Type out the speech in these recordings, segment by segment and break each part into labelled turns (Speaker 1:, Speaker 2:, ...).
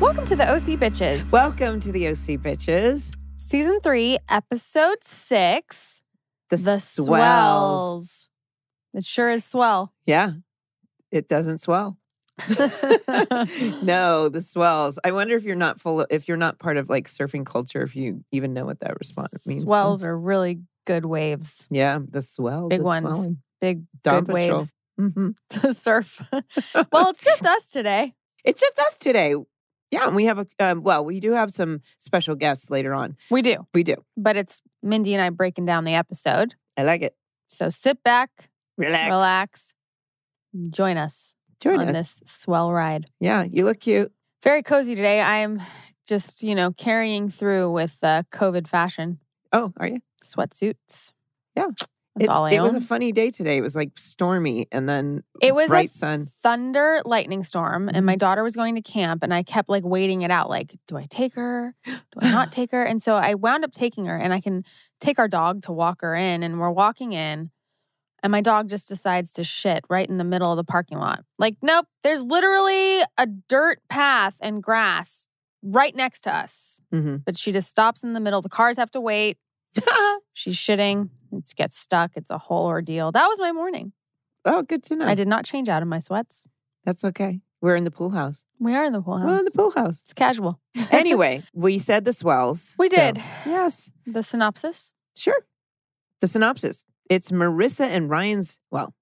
Speaker 1: Welcome to the OC Bitches.
Speaker 2: Welcome to the OC Bitches.
Speaker 1: Season 3, Episode 6,
Speaker 2: The,
Speaker 1: The
Speaker 2: swells.
Speaker 1: Swells. It sure is swell.
Speaker 2: Yeah. It doesn't swell. no, the swells. I wonder if you're not full if you're not part of like surfing culture, if you even know what that response means.
Speaker 1: Swells are really good waves.
Speaker 2: Yeah, the swells.
Speaker 1: Big
Speaker 2: it's
Speaker 1: ones.
Speaker 2: swelling.
Speaker 1: Big
Speaker 2: Dawn
Speaker 1: good
Speaker 2: Patrol.
Speaker 1: waves
Speaker 2: Mhm.
Speaker 1: to surf. well, it's just us today.
Speaker 2: It's just us today. Yeah, and we have a um, well, we do have some special guests later on.
Speaker 1: We do,
Speaker 2: We do.
Speaker 1: but it's Mindy and I breaking down the episode.
Speaker 2: I like it.
Speaker 1: So sit back,
Speaker 2: Relax.
Speaker 1: relax, and join us
Speaker 2: Join
Speaker 1: on
Speaker 2: us.
Speaker 1: this swell ride.
Speaker 2: Yeah, you look cute.
Speaker 1: Very cozy today. I'm just, you know, carrying through with uh, COVID fashion
Speaker 2: Oh, are you?
Speaker 1: sweatsuits.
Speaker 2: Yeah.
Speaker 1: That's all I
Speaker 2: it
Speaker 1: own.
Speaker 2: was a funny day today. It was like stormy and then
Speaker 1: it was
Speaker 2: bright
Speaker 1: a
Speaker 2: sun.
Speaker 1: thunder lightning storm, and my daughter was going to camp, and I kept like waiting it out. Like, do I take her? Do I not take her? And so I wound up taking her, and I can take our dog to walk her in, and we're walking in. And my dog just decides to shit right in the middle of the parking lot. Like, nope, there's literally a dirt path and grass right next to us.
Speaker 2: hmm
Speaker 1: But she just stops in the middle. The cars have to wait. She's shitting. It gets stuck. It's a whole ordeal. That was my morning.
Speaker 2: oh, good to know.
Speaker 1: I did not change out of my sweats.
Speaker 2: That's okay. We're in the pool house.
Speaker 1: We are in the pool house.
Speaker 2: We're in the pool house.
Speaker 1: it's casual.
Speaker 2: anyway, we said the swells.
Speaker 1: We
Speaker 2: so-
Speaker 1: did.
Speaker 2: Yes.
Speaker 1: The synopsis.
Speaker 2: Sure. The synopsis. It's Marissa and Ryan's, well,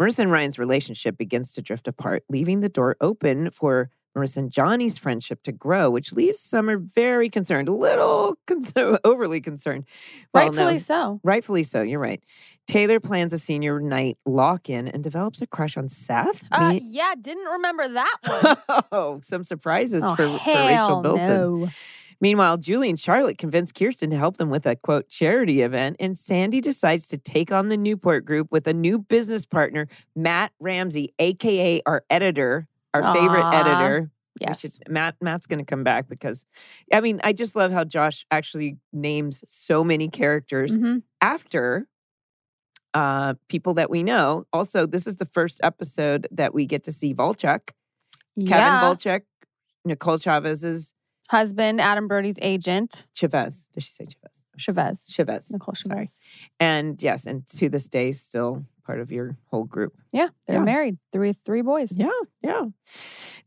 Speaker 2: Marissa and Ryan's relationship begins to drift apart, leaving the door open for Marissa and Johnny's friendship to grow, which leaves Summer very concerned, a little concern, overly concerned. Well, no,
Speaker 1: Rightfully so.
Speaker 2: Rightfully so. You're right. Taylor plans a senior night lock in and develops a crush on Seth.
Speaker 1: Uh,
Speaker 2: Me-
Speaker 1: yeah, didn't remember that one.
Speaker 2: oh, some surprises
Speaker 1: oh,
Speaker 2: for, for Rachel
Speaker 1: hell
Speaker 2: Bilson.
Speaker 1: no.
Speaker 2: Meanwhile, Julie and Charlotte convince Kirsten to help them with a quote charity event, and Sandy decides to take on the Newport group with a new business partner, Matt Ramsey, aka our editor, our favorite
Speaker 1: Aw.
Speaker 2: editor, we
Speaker 1: Yes.
Speaker 2: should- Matt Matt's going to come back because I mean, I just love how Josh actually names so many characters
Speaker 1: Mhm.
Speaker 2: after uh people that we know. Also, this is the first episode that we get to see Volchuk, Kevin
Speaker 1: Yeah.
Speaker 2: Volchuk, Nicole Chavez's
Speaker 1: Husband, Adam Brody's agent,
Speaker 2: Chavez. Did she say Chavez?
Speaker 1: Chavez.
Speaker 2: Chavez.
Speaker 1: Nicole Chavez.
Speaker 2: Sorry. And yes, and to this day still part of your whole group.
Speaker 1: Yeah, they're
Speaker 2: Yeah.
Speaker 1: married. Three three boys.
Speaker 2: Yeah, yeah.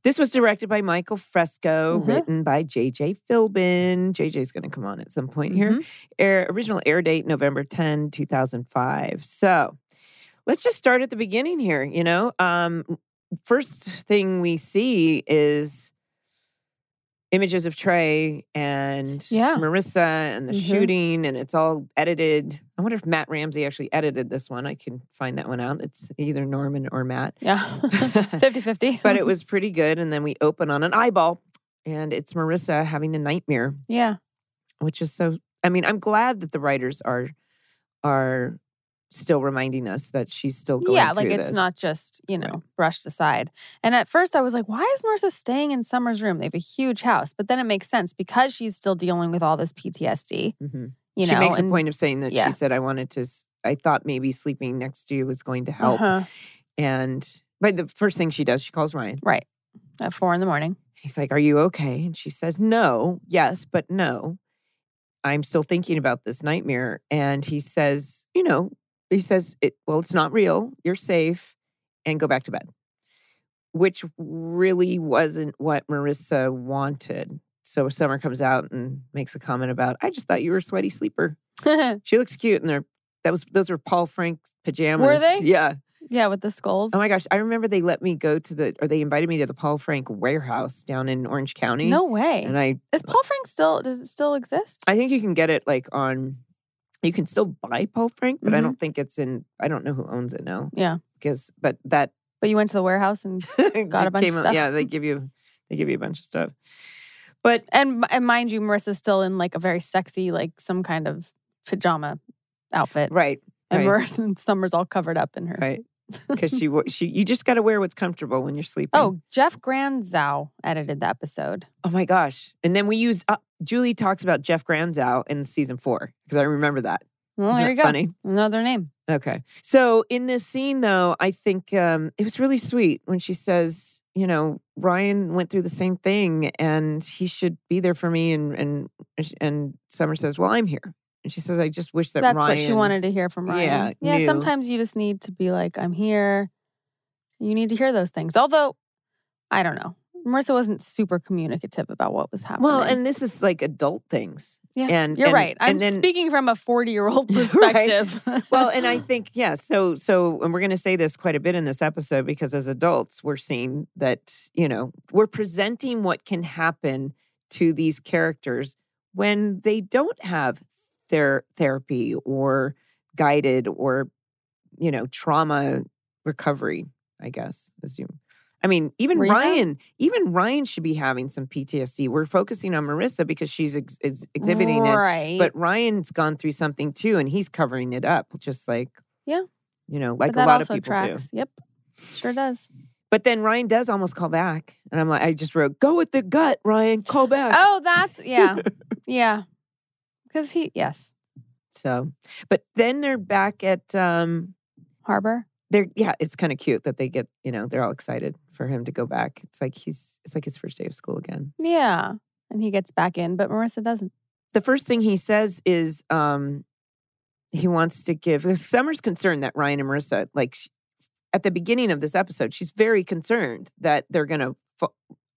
Speaker 2: This was directed by Michael Fresco,
Speaker 1: Mhm.
Speaker 2: written by JJ Philbin. JJ's going to come on at some point here.
Speaker 1: Mhm.
Speaker 2: Air, original air date November 10, 2005. So let's just start at the beginning here. You know, um, first thing we see is images of Trey and
Speaker 1: Yeah.
Speaker 2: Marissa and the
Speaker 1: Mhm.
Speaker 2: shooting, and it's all edited. I wonder if Matt Ramsey actually edited this one. I can find that one out. It's either Norman or Matt.
Speaker 1: Yeah. 50 50.
Speaker 2: but it was pretty good. And then we open on an eyeball, and it's Marissa having a nightmare,
Speaker 1: yeah.
Speaker 2: which is so. I mean, I'm glad that the writers are are still reminding us that she's still going.
Speaker 1: yeah like
Speaker 2: through
Speaker 1: it's
Speaker 2: this.
Speaker 1: not just you know
Speaker 2: Right.
Speaker 1: brushed aside and at first i was like why is marissa staying in summer's room they have a huge house but then it makes sense because she's still dealing with all this ptsd
Speaker 2: Mhm.
Speaker 1: you
Speaker 2: she
Speaker 1: know
Speaker 2: makes a
Speaker 1: and-
Speaker 2: point of saying that
Speaker 1: yeah.
Speaker 2: she said, "I wanted to. s- I thought maybe sleeping next to you was going to help."
Speaker 1: Uh-huh.
Speaker 2: And but the first thing she does, she calls Ryan.
Speaker 1: right at four in the morning
Speaker 2: He's like, Are you okay? And she says, No, yes, but no. I'm still thinking about this nightmare. And he says, You know, he says, it, Well, it's not real. You're safe and go back to bed, which really wasn't what Marissa wanted. So Summer comes out and makes a comment about, I just thought you were a sweaty sleeper.
Speaker 1: yeah
Speaker 2: She looks cute. And they're, that was, those were Paul Frank's pajamas.
Speaker 1: they?
Speaker 2: Yeah.
Speaker 1: with the skulls
Speaker 2: Oh my gosh. I remember they let me go to the, or they invited me to the Paul Frank warehouse down in Orange County.
Speaker 1: no way
Speaker 2: And I
Speaker 1: is paul frank still does it still exist
Speaker 2: I think you can get it like on you can still buy Paul Frank, but I don't think it's in I don't know who owns it now.
Speaker 1: Mm-hmm. Yeah.
Speaker 2: Because but that
Speaker 1: but you went to the warehouse and
Speaker 2: got
Speaker 1: bunch of stuff.
Speaker 2: Yeah, they give you they give you a bunch of stuff. But
Speaker 1: and, and mind you marissa's still in like a very sexy like some kind of pajama outfit
Speaker 2: right.
Speaker 1: and
Speaker 2: right,
Speaker 1: Marissa and summer's all covered up in her
Speaker 2: right. Because she wa- she you just gotta wear what's comfortable when you're sleeping.
Speaker 1: oh jeff granzow edited the episode
Speaker 2: Oh my gosh. And then we use uh, Julie talks about Jeff Granzow in season four because I remember that.
Speaker 1: well
Speaker 2: Isn't
Speaker 1: there
Speaker 2: that
Speaker 1: you go
Speaker 2: Funny.
Speaker 1: Another name.
Speaker 2: Okay. So in this scene, though, I think um, it was really sweet when she says, you know, Ryan went through the same thing and he should be there for me. And and and Summer says, well, I'm here. And she says, I just wish that
Speaker 1: That's
Speaker 2: Ryan.
Speaker 1: what she wanted to hear from Ryan.
Speaker 2: Yeah, knew.
Speaker 1: sometimes you just need to be like, I'm here. You need to hear those things. Although, I don't know. Marissa wasn't super communicative about what was happening.
Speaker 2: Well, and this is like adult things.
Speaker 1: Yeah,
Speaker 2: And
Speaker 1: you're
Speaker 2: and-
Speaker 1: right. I'm
Speaker 2: and then,
Speaker 1: speaking from a 40 year old
Speaker 2: Right.
Speaker 1: perspective.
Speaker 2: well, and I think yeah. So so, and we're going to say this quite a bit in this episode because as adults, we're seeing that you know we're presenting what can happen to these characters when they don't have their therapy or guided or you know trauma recovery. I guess assume. I mean, even
Speaker 1: Rehab?
Speaker 2: Ryan, even Ryan should be having some PTSD. We're focusing on Marissa because she's ex- ex- exhibiting it
Speaker 1: right.
Speaker 2: but Ryan's gone through something too, and he's covering it up, just like
Speaker 1: Yeah.
Speaker 2: you know,
Speaker 1: But
Speaker 2: like a
Speaker 1: that
Speaker 2: lot of
Speaker 1: also
Speaker 2: people do.
Speaker 1: tracks. Yep. Sure does.
Speaker 2: But then Ryan does almost call back, and I'm like, I just wrote, "Go with the gut, Ryan, call back."
Speaker 1: Oh, that's, yeah. yeah. Because he, yes,
Speaker 2: So, but then they're back at um,
Speaker 1: Harbor.
Speaker 2: they're yeah, it's kind of cute that they get you know they're all excited for him to go back. It's like he's it's like his first day of school again.
Speaker 1: Yeah. And he gets back in, but Marissa doesn't.
Speaker 2: The first thing he says is um, he wants to give. Summer's concerned that Ryan and Marissa like sh- at the beginning of this episode, she's very concerned that they're gonna fa-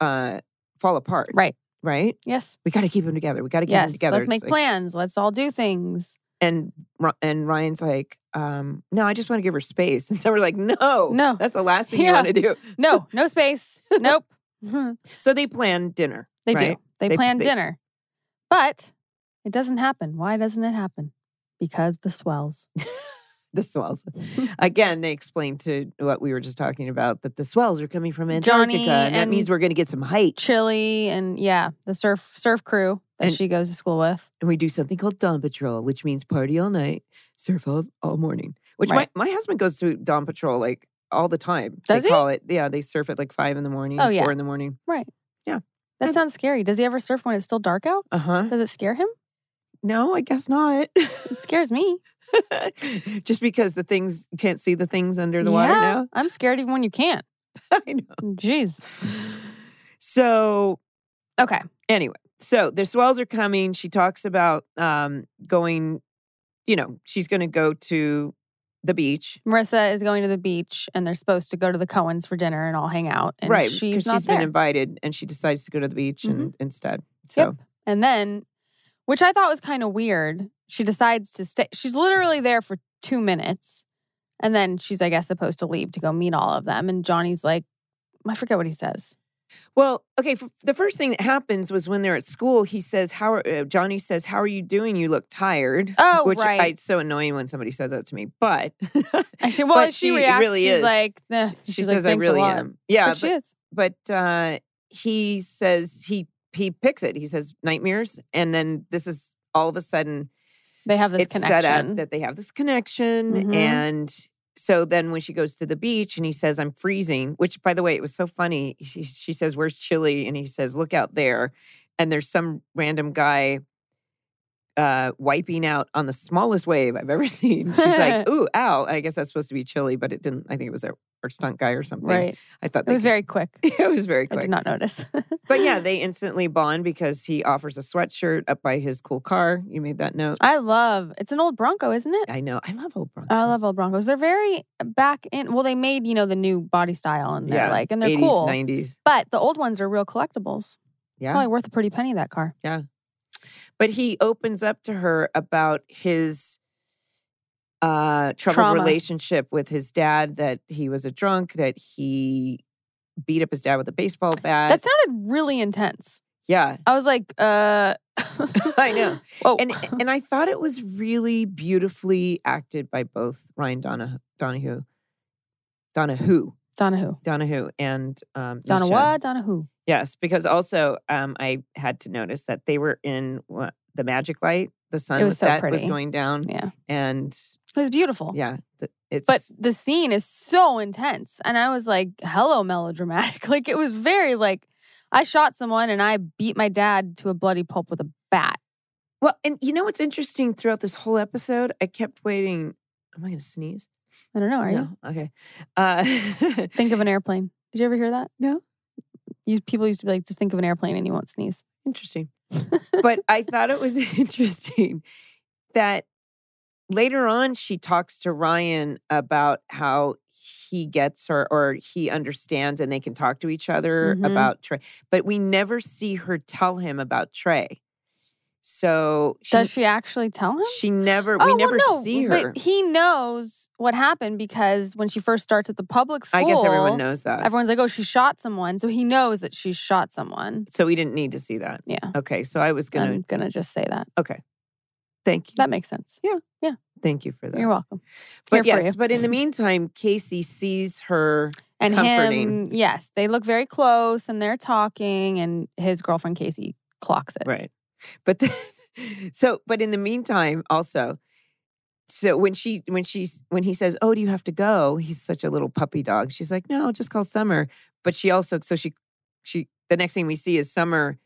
Speaker 2: uh, fall apart.
Speaker 1: Right.
Speaker 2: Right.
Speaker 1: Yes.
Speaker 2: We got to keep them together. We got to keep them
Speaker 1: Yes.
Speaker 2: together.
Speaker 1: Let's
Speaker 2: It's
Speaker 1: make
Speaker 2: like-
Speaker 1: plans. Let's all do things.
Speaker 2: And Ri- and Ryan's like, um, no, I just want to give her space. And so we're like, no,
Speaker 1: No.
Speaker 2: that's the last thing you
Speaker 1: Yeah.
Speaker 2: want to do.
Speaker 1: No, no space. Nope.
Speaker 2: So they plan dinner.
Speaker 1: They
Speaker 2: right?
Speaker 1: do. They,
Speaker 2: They-
Speaker 1: plan
Speaker 2: they-
Speaker 1: dinner. But it doesn't happen. Why doesn't it happen? Because the swells.
Speaker 2: The swells. Again, they explain to what we were just talking about that the swells are coming from Antarctica,
Speaker 1: Johnny
Speaker 2: and that
Speaker 1: and-
Speaker 2: means we're going to get some height.
Speaker 1: Chili and yeah, the surf surf crew that
Speaker 2: And-
Speaker 1: she goes to school with.
Speaker 2: and we do something called dawn patrol, which means party all night, surf all, all morning. Which
Speaker 1: Right.
Speaker 2: my, my husband goes to dawn patrol like all the time.
Speaker 1: Does
Speaker 2: they
Speaker 1: he?
Speaker 2: call it yeah, they surf at like five in the morning,
Speaker 1: Oh,
Speaker 2: four
Speaker 1: yeah.
Speaker 2: in the morning.
Speaker 1: That
Speaker 2: Mm.
Speaker 1: sounds scary. Does he ever surf when it's still dark out?
Speaker 2: Uh huh.
Speaker 1: Does it scare him?
Speaker 2: No, I guess not.
Speaker 1: It scares me.
Speaker 2: Just because the things you can't see the things under the water
Speaker 1: Yeah,
Speaker 2: now.
Speaker 1: I'm scared even when you can't.
Speaker 2: I know.
Speaker 1: Jeez.
Speaker 2: So
Speaker 1: Okay.
Speaker 2: anyway, so the swells are coming. She talks about um going, you know, she's gonna go to the beach.
Speaker 1: Marissa is going to the beach and they're supposed to go to the Cohens for dinner and all hang out. And
Speaker 2: right.
Speaker 1: she's
Speaker 2: Because
Speaker 1: not
Speaker 2: she's
Speaker 1: there.
Speaker 2: been invited and she decides to go to the beach
Speaker 1: Mhm.
Speaker 2: and, instead. So
Speaker 1: And then, which I thought was kind of weird, she decides to stay. She's literally there for two minutes. And then she's, I guess, supposed to leave to go meet all of them. And Johnny's like, I forget what he says.
Speaker 2: well, okay. F- the first thing that happens was when they're at school. He says, "How are, uh, Johnny says, how are you doing? You look tired."
Speaker 1: Oh,
Speaker 2: Which I,
Speaker 1: right.
Speaker 2: it's so annoying when somebody says that to me, but
Speaker 1: And she, well,
Speaker 2: but
Speaker 1: she,
Speaker 2: she
Speaker 1: reacts.
Speaker 2: really
Speaker 1: she's
Speaker 2: is.
Speaker 1: like, eh,
Speaker 2: she
Speaker 1: she's like,
Speaker 2: says, "I
Speaker 1: "Thanks a
Speaker 2: really
Speaker 1: lot."
Speaker 2: am." Yeah,
Speaker 1: but she is.
Speaker 2: but uh, he says he he picks it. He says nightmares, and then this is all of a sudden
Speaker 1: They have this
Speaker 2: it's
Speaker 1: connection.
Speaker 2: set up that they have this connection,
Speaker 1: Mhm.
Speaker 2: and so then when she goes to the beach and he says I'm freezing, which by the way it was so funny. She, she says where's Chili, and he says look out there, and there's some random guy. Uh, wiping out on the smallest wave I've ever seen. She's like, "Ooh, ow!" I guess that's supposed to be chilly, but it didn't. I think it was our, our stunt guy or something.
Speaker 1: right.
Speaker 2: I thought
Speaker 1: It
Speaker 2: they
Speaker 1: was
Speaker 2: could-
Speaker 1: very quick.
Speaker 2: it was very
Speaker 1: I
Speaker 2: quick.
Speaker 1: did not notice.
Speaker 2: But yeah, they instantly bond because he offers a sweatshirt up by his cool car. You made that note.
Speaker 1: I love it's an old Bronco, isn't it?
Speaker 2: I know. I love old Broncos.
Speaker 1: I love old Broncos. They're very uh, back in. Well, they made you know the new body style and they're
Speaker 2: Yeah,
Speaker 1: like and they're
Speaker 2: 80s,
Speaker 1: cool.
Speaker 2: 90s.
Speaker 1: But the old ones are real collectibles.
Speaker 2: Yeah.
Speaker 1: Probably worth a pretty penny that car.
Speaker 2: But he opens up to her about his uh troubled
Speaker 1: Trauma.
Speaker 2: relationship with his dad that he was a drunk, that he beat up his dad with a baseball bat.
Speaker 1: That sounded really intense.
Speaker 2: yeah.
Speaker 1: I was like, uh
Speaker 2: I know.
Speaker 1: Oh,
Speaker 2: And and I thought it was really beautifully acted by both Ryan Donah- Donahue. Donahue.
Speaker 1: Donahue.
Speaker 2: Donahue and um,
Speaker 1: Donna
Speaker 2: Nisha.
Speaker 1: what? Donahue.
Speaker 2: Yes, because also um, I had to notice that they were in wha- the magic light. The sun
Speaker 1: was
Speaker 2: was
Speaker 1: so
Speaker 2: set was
Speaker 1: pretty.
Speaker 2: going down,
Speaker 1: Yeah.
Speaker 2: and
Speaker 1: It was beautiful.
Speaker 2: yeah, th- it's
Speaker 1: But the scene is so intense. And I was like, hello, melodramatic. Like it was very like I shot someone and I beat my dad to a bloody pulp with a bat.
Speaker 2: well, and you know what's interesting throughout this whole episode? I kept waiting. Am I going to sneeze?
Speaker 1: I don't know. Are you?
Speaker 2: no. Okay. Uh,
Speaker 1: Think of an airplane. Did you ever hear that?
Speaker 2: No.
Speaker 1: You, people used to be like, just think of an airplane and you won't sneeze.
Speaker 2: interesting. but I thought it was interesting that later on she talks to Ryan about how he gets her or he understands and they can talk to each other
Speaker 1: Mhm.
Speaker 2: about Trey. But we never see her tell him about Trey. So she,
Speaker 1: Does she actually tell him?
Speaker 2: she never
Speaker 1: Oh,
Speaker 2: we
Speaker 1: well,
Speaker 2: never
Speaker 1: no,
Speaker 2: see
Speaker 1: but
Speaker 2: her.
Speaker 1: he knows what happened because when she first starts at the public school,
Speaker 2: I guess everyone knows that.
Speaker 1: Everyone's like, "Oh, she shot someone," so he knows that she shot someone.
Speaker 2: so we didn't need to see that.
Speaker 1: Yeah,
Speaker 2: Okay. So I was gonna
Speaker 1: I'm gonna just say that.
Speaker 2: okay. Thank you.
Speaker 1: That makes sense.
Speaker 2: Thank you for that.
Speaker 1: You're welcome.
Speaker 2: But
Speaker 1: Here for
Speaker 2: yes,
Speaker 1: you.
Speaker 2: but in the meantime, Casey sees her
Speaker 1: And
Speaker 2: Comforting.
Speaker 1: him, yes, they look very close and they're talking, and his girlfriend Casey clocks it.
Speaker 2: Right. But then, so but in the meantime also so when she when she's when he says, "Oh, do you have to go?" He's such a little puppy dog. She's like, "No, just call Summer." But she also so she she the next thing we see is Summer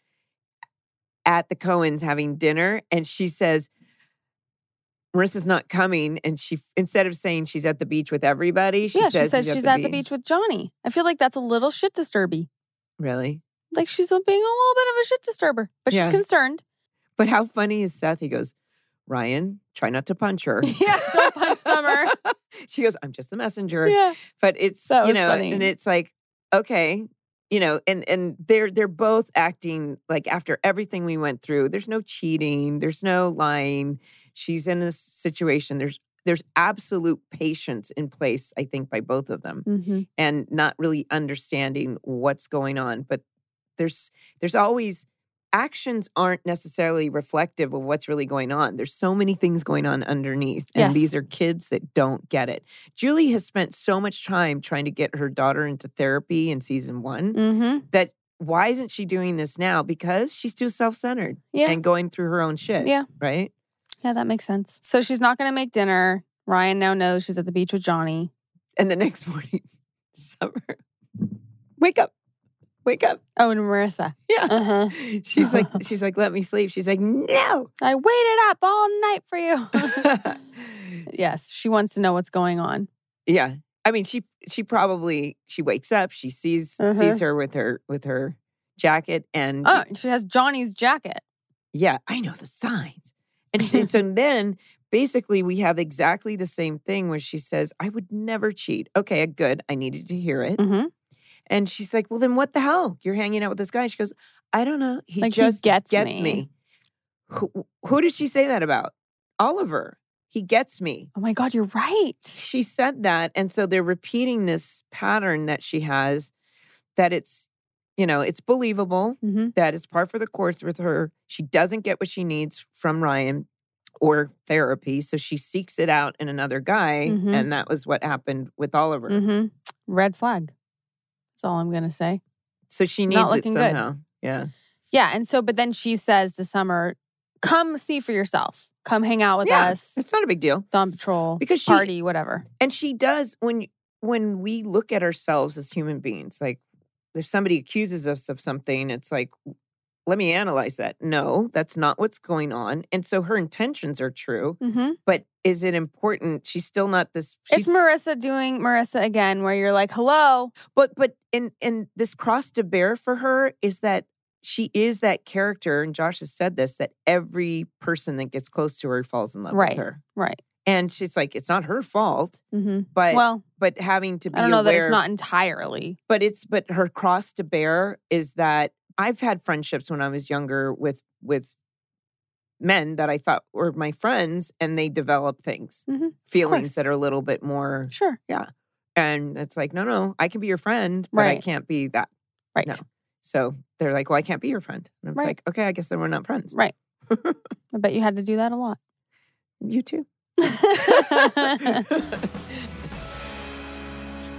Speaker 2: at the Cohens having dinner and she says Marissa's not coming and she instead of saying she's at the beach with everybody, she
Speaker 1: yeah,
Speaker 2: says
Speaker 1: she says she's at the, beach with Johnny. I feel like that's a little shit disturby.
Speaker 2: Really?
Speaker 1: Like she's being a little bit of a shit disturber, but
Speaker 2: Yeah.
Speaker 1: she's concerned.
Speaker 2: But how funny is Seth? He goes, "Ryan, try not to punch her."
Speaker 1: yeah, don't punch Summer.
Speaker 2: she goes, I'm just the messenger.
Speaker 1: Yeah,
Speaker 2: But it's
Speaker 1: That
Speaker 2: you
Speaker 1: was
Speaker 2: know,
Speaker 1: funny.
Speaker 2: and it's like, okay, you know, and and they're they're both acting like after everything we went through, there's no cheating, there's no lying. She's in this situation. There's there's absolute patience in place, I think, by both of them
Speaker 1: hmm
Speaker 2: and not really understanding what's going on. But there's there's always actions aren't necessarily reflective of what's really going on. There's so many things going on underneath. And
Speaker 1: Yes.
Speaker 2: these are kids that don't get it. Julie has spent so much time trying to get her daughter into therapy in season one
Speaker 1: hmm
Speaker 2: that why isn't she doing this now? Because she's too self-centered
Speaker 1: yeah,
Speaker 2: and going through her own shit.
Speaker 1: Yeah.
Speaker 2: Right?
Speaker 1: yeah, that makes sense. So she's not gonna make dinner. Ryan now knows she's at the beach with Johnny.
Speaker 2: And the next morning, summer. Wake up. Wake up.
Speaker 1: Oh, and Marissa.
Speaker 2: Yeah.
Speaker 1: Uh huh.
Speaker 2: She's like, she's like, let me sleep. She's like, no.
Speaker 1: I waited up all night for you. yes, she wants to know what's going on.
Speaker 2: Yeah. I mean, she she probably she wakes up, she sees
Speaker 1: Uh-huh.
Speaker 2: sees her with her with her jacket and
Speaker 1: Oh, and she has Johnny's jacket.
Speaker 2: yeah, I know the signs. And, she, and so then basically we have exactly the same thing where she says, I would never cheat. Okay, good. I needed to hear it.
Speaker 1: hmm
Speaker 2: And she's like, Well, then what the hell? You're hanging out with this guy. She goes, I don't know. He
Speaker 1: Like, he
Speaker 2: just
Speaker 1: gets
Speaker 2: gets
Speaker 1: me."
Speaker 2: me. Who, who did she say that about? Oliver. He gets me.
Speaker 1: Oh my God, you're right.
Speaker 2: she said that and so they're repeating this pattern that she has that it's you know it's believable
Speaker 1: hmm
Speaker 2: that it's par for the course with her she doesn't get what she needs from ryan or therapy so she seeks it out in another guy
Speaker 1: Mhm.
Speaker 2: and that was what happened with oliver
Speaker 1: hmm Red flag. That's all I'm gonna say.
Speaker 2: so she
Speaker 1: Not
Speaker 2: needs it
Speaker 1: looking good.
Speaker 2: somehow yeah
Speaker 1: Yeah, and so, but then she says to Summer, "Come see for yourself. Come hang out with
Speaker 2: Yeah,
Speaker 1: us.
Speaker 2: it's not a big deal
Speaker 1: Dawn Patrol,
Speaker 2: because she
Speaker 1: party, whatever."
Speaker 2: and she does when when we look at ourselves as human beings like if somebody accuses us of something it's like let me analyze that no that's not what's going on and so her intentions are true
Speaker 1: hmm
Speaker 2: but is it important she's still not this
Speaker 1: It's
Speaker 2: Mm-hmm. she's-
Speaker 1: Marissa doing Marissa again, where you're like, "Hello,
Speaker 2: but but and and this cross to bear for her is that she is that character and josh has said this that every person that gets close to her falls in love
Speaker 1: Right,
Speaker 2: with her
Speaker 1: right.
Speaker 2: and she's like it's not her fault
Speaker 1: hmm
Speaker 2: but
Speaker 1: well,
Speaker 2: but having to be
Speaker 1: I don't know that
Speaker 2: aware
Speaker 1: it's
Speaker 2: of-
Speaker 1: not entirely
Speaker 2: but it's but her cross to bear is that i've had friendships when i was younger with with men that i thought were my friends and they develop things
Speaker 1: Mhm. Of
Speaker 2: feelings
Speaker 1: course.
Speaker 2: that are a little bit more
Speaker 1: sure,
Speaker 2: and it's like no no i can be your friend but i
Speaker 1: Right.
Speaker 2: can't be that
Speaker 1: right?"
Speaker 2: No. so they're like well i can't be your friend and i'm
Speaker 1: Right.
Speaker 2: like okay i guess then we're not friends
Speaker 1: Right. I bet you had to do that a lot.
Speaker 2: you too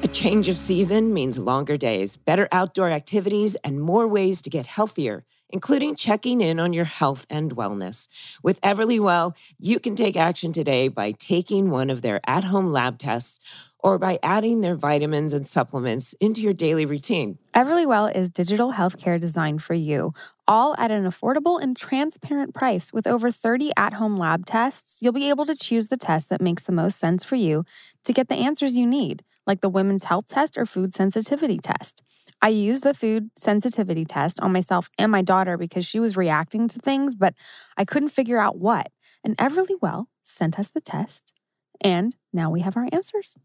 Speaker 2: A change of season means longer days, better outdoor activities, and more ways to get healthier, including checking in on your health and wellness. With Everly Well, you can take action today by taking one of their at home lab tests or by adding their vitamins and supplements into your daily routine.
Speaker 1: Everlywell is digital healthcare designed for you. all at an affordable and transparent price. With over 30 at home lab tests, you'll be able to choose the test that makes the most sense for you to get the answers you need, like the women's health test or food sensitivity test. I used the food sensitivity test on myself and my daughter because she was reacting to things, but I couldn't figure out what. And Everly Well sent us the test, and now we have our answers.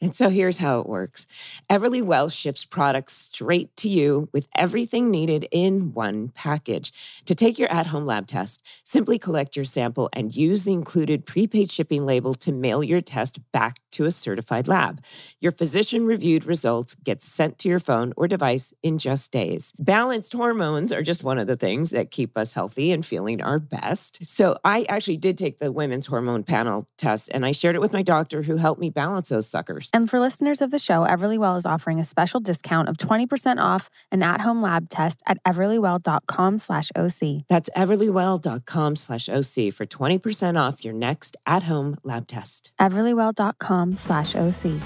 Speaker 2: And so here's how it works Everly Well ships products straight to you with everything needed in one package. To take your at home lab test, simply collect your sample and use the included prepaid shipping label to mail your test back to a certified lab. Your physician reviewed results get sent to your phone or device in just days. Balanced hormones are just one of the things that keep us healthy and feeling our best. So I actually did take the women's hormone panel test and I shared it with my doctor who helped me balance those suckers.
Speaker 1: And for listeners of the show, Everlywell is offering a special discount of 20% off an at-home lab test at everlywell.com slash OC.
Speaker 2: That's everlywell.com slash OC for 20% off your next at home lab test.
Speaker 1: everlywell.com slash OC.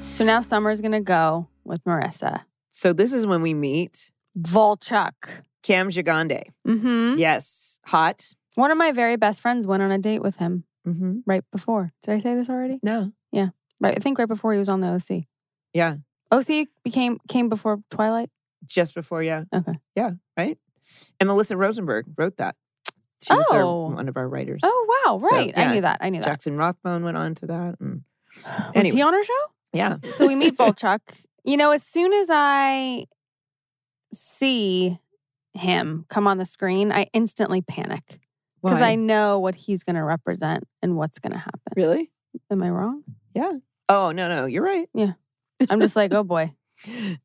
Speaker 1: So now Summer's going to go with Marissa.
Speaker 2: So this is when we meet
Speaker 1: Volchuk.
Speaker 2: Cam Gigande.
Speaker 1: Mm-hmm.
Speaker 2: Yes, hot.
Speaker 1: One of my very best friends went on a date with him
Speaker 2: Mm-hmm.
Speaker 1: right before. Did I say this already?
Speaker 2: No.
Speaker 1: Right, I think right before he was on the OC.
Speaker 2: Yeah,
Speaker 1: OC became came before Twilight.
Speaker 2: just before, yeah.
Speaker 1: Okay.
Speaker 2: Yeah, right? And Melissa Rosenberg wrote that. She was our-
Speaker 1: Oh.
Speaker 2: one of our writers.
Speaker 1: Oh wow,
Speaker 2: So,
Speaker 1: right. I
Speaker 2: yeah,
Speaker 1: knew that. I knew that.
Speaker 2: Jackson Rothbone went on to that. and-
Speaker 1: Was
Speaker 2: anyway.
Speaker 1: he on our show?
Speaker 2: yeah.
Speaker 1: So we meet Volchuk. You know, as soon as I see him come on the screen, I instantly panic because I
Speaker 2: Why?
Speaker 1: know what he's going to represent and what's going to happen.
Speaker 2: really.
Speaker 1: Am I wrong?
Speaker 2: Oh no no you're right.
Speaker 1: I'm just like, oh boy. And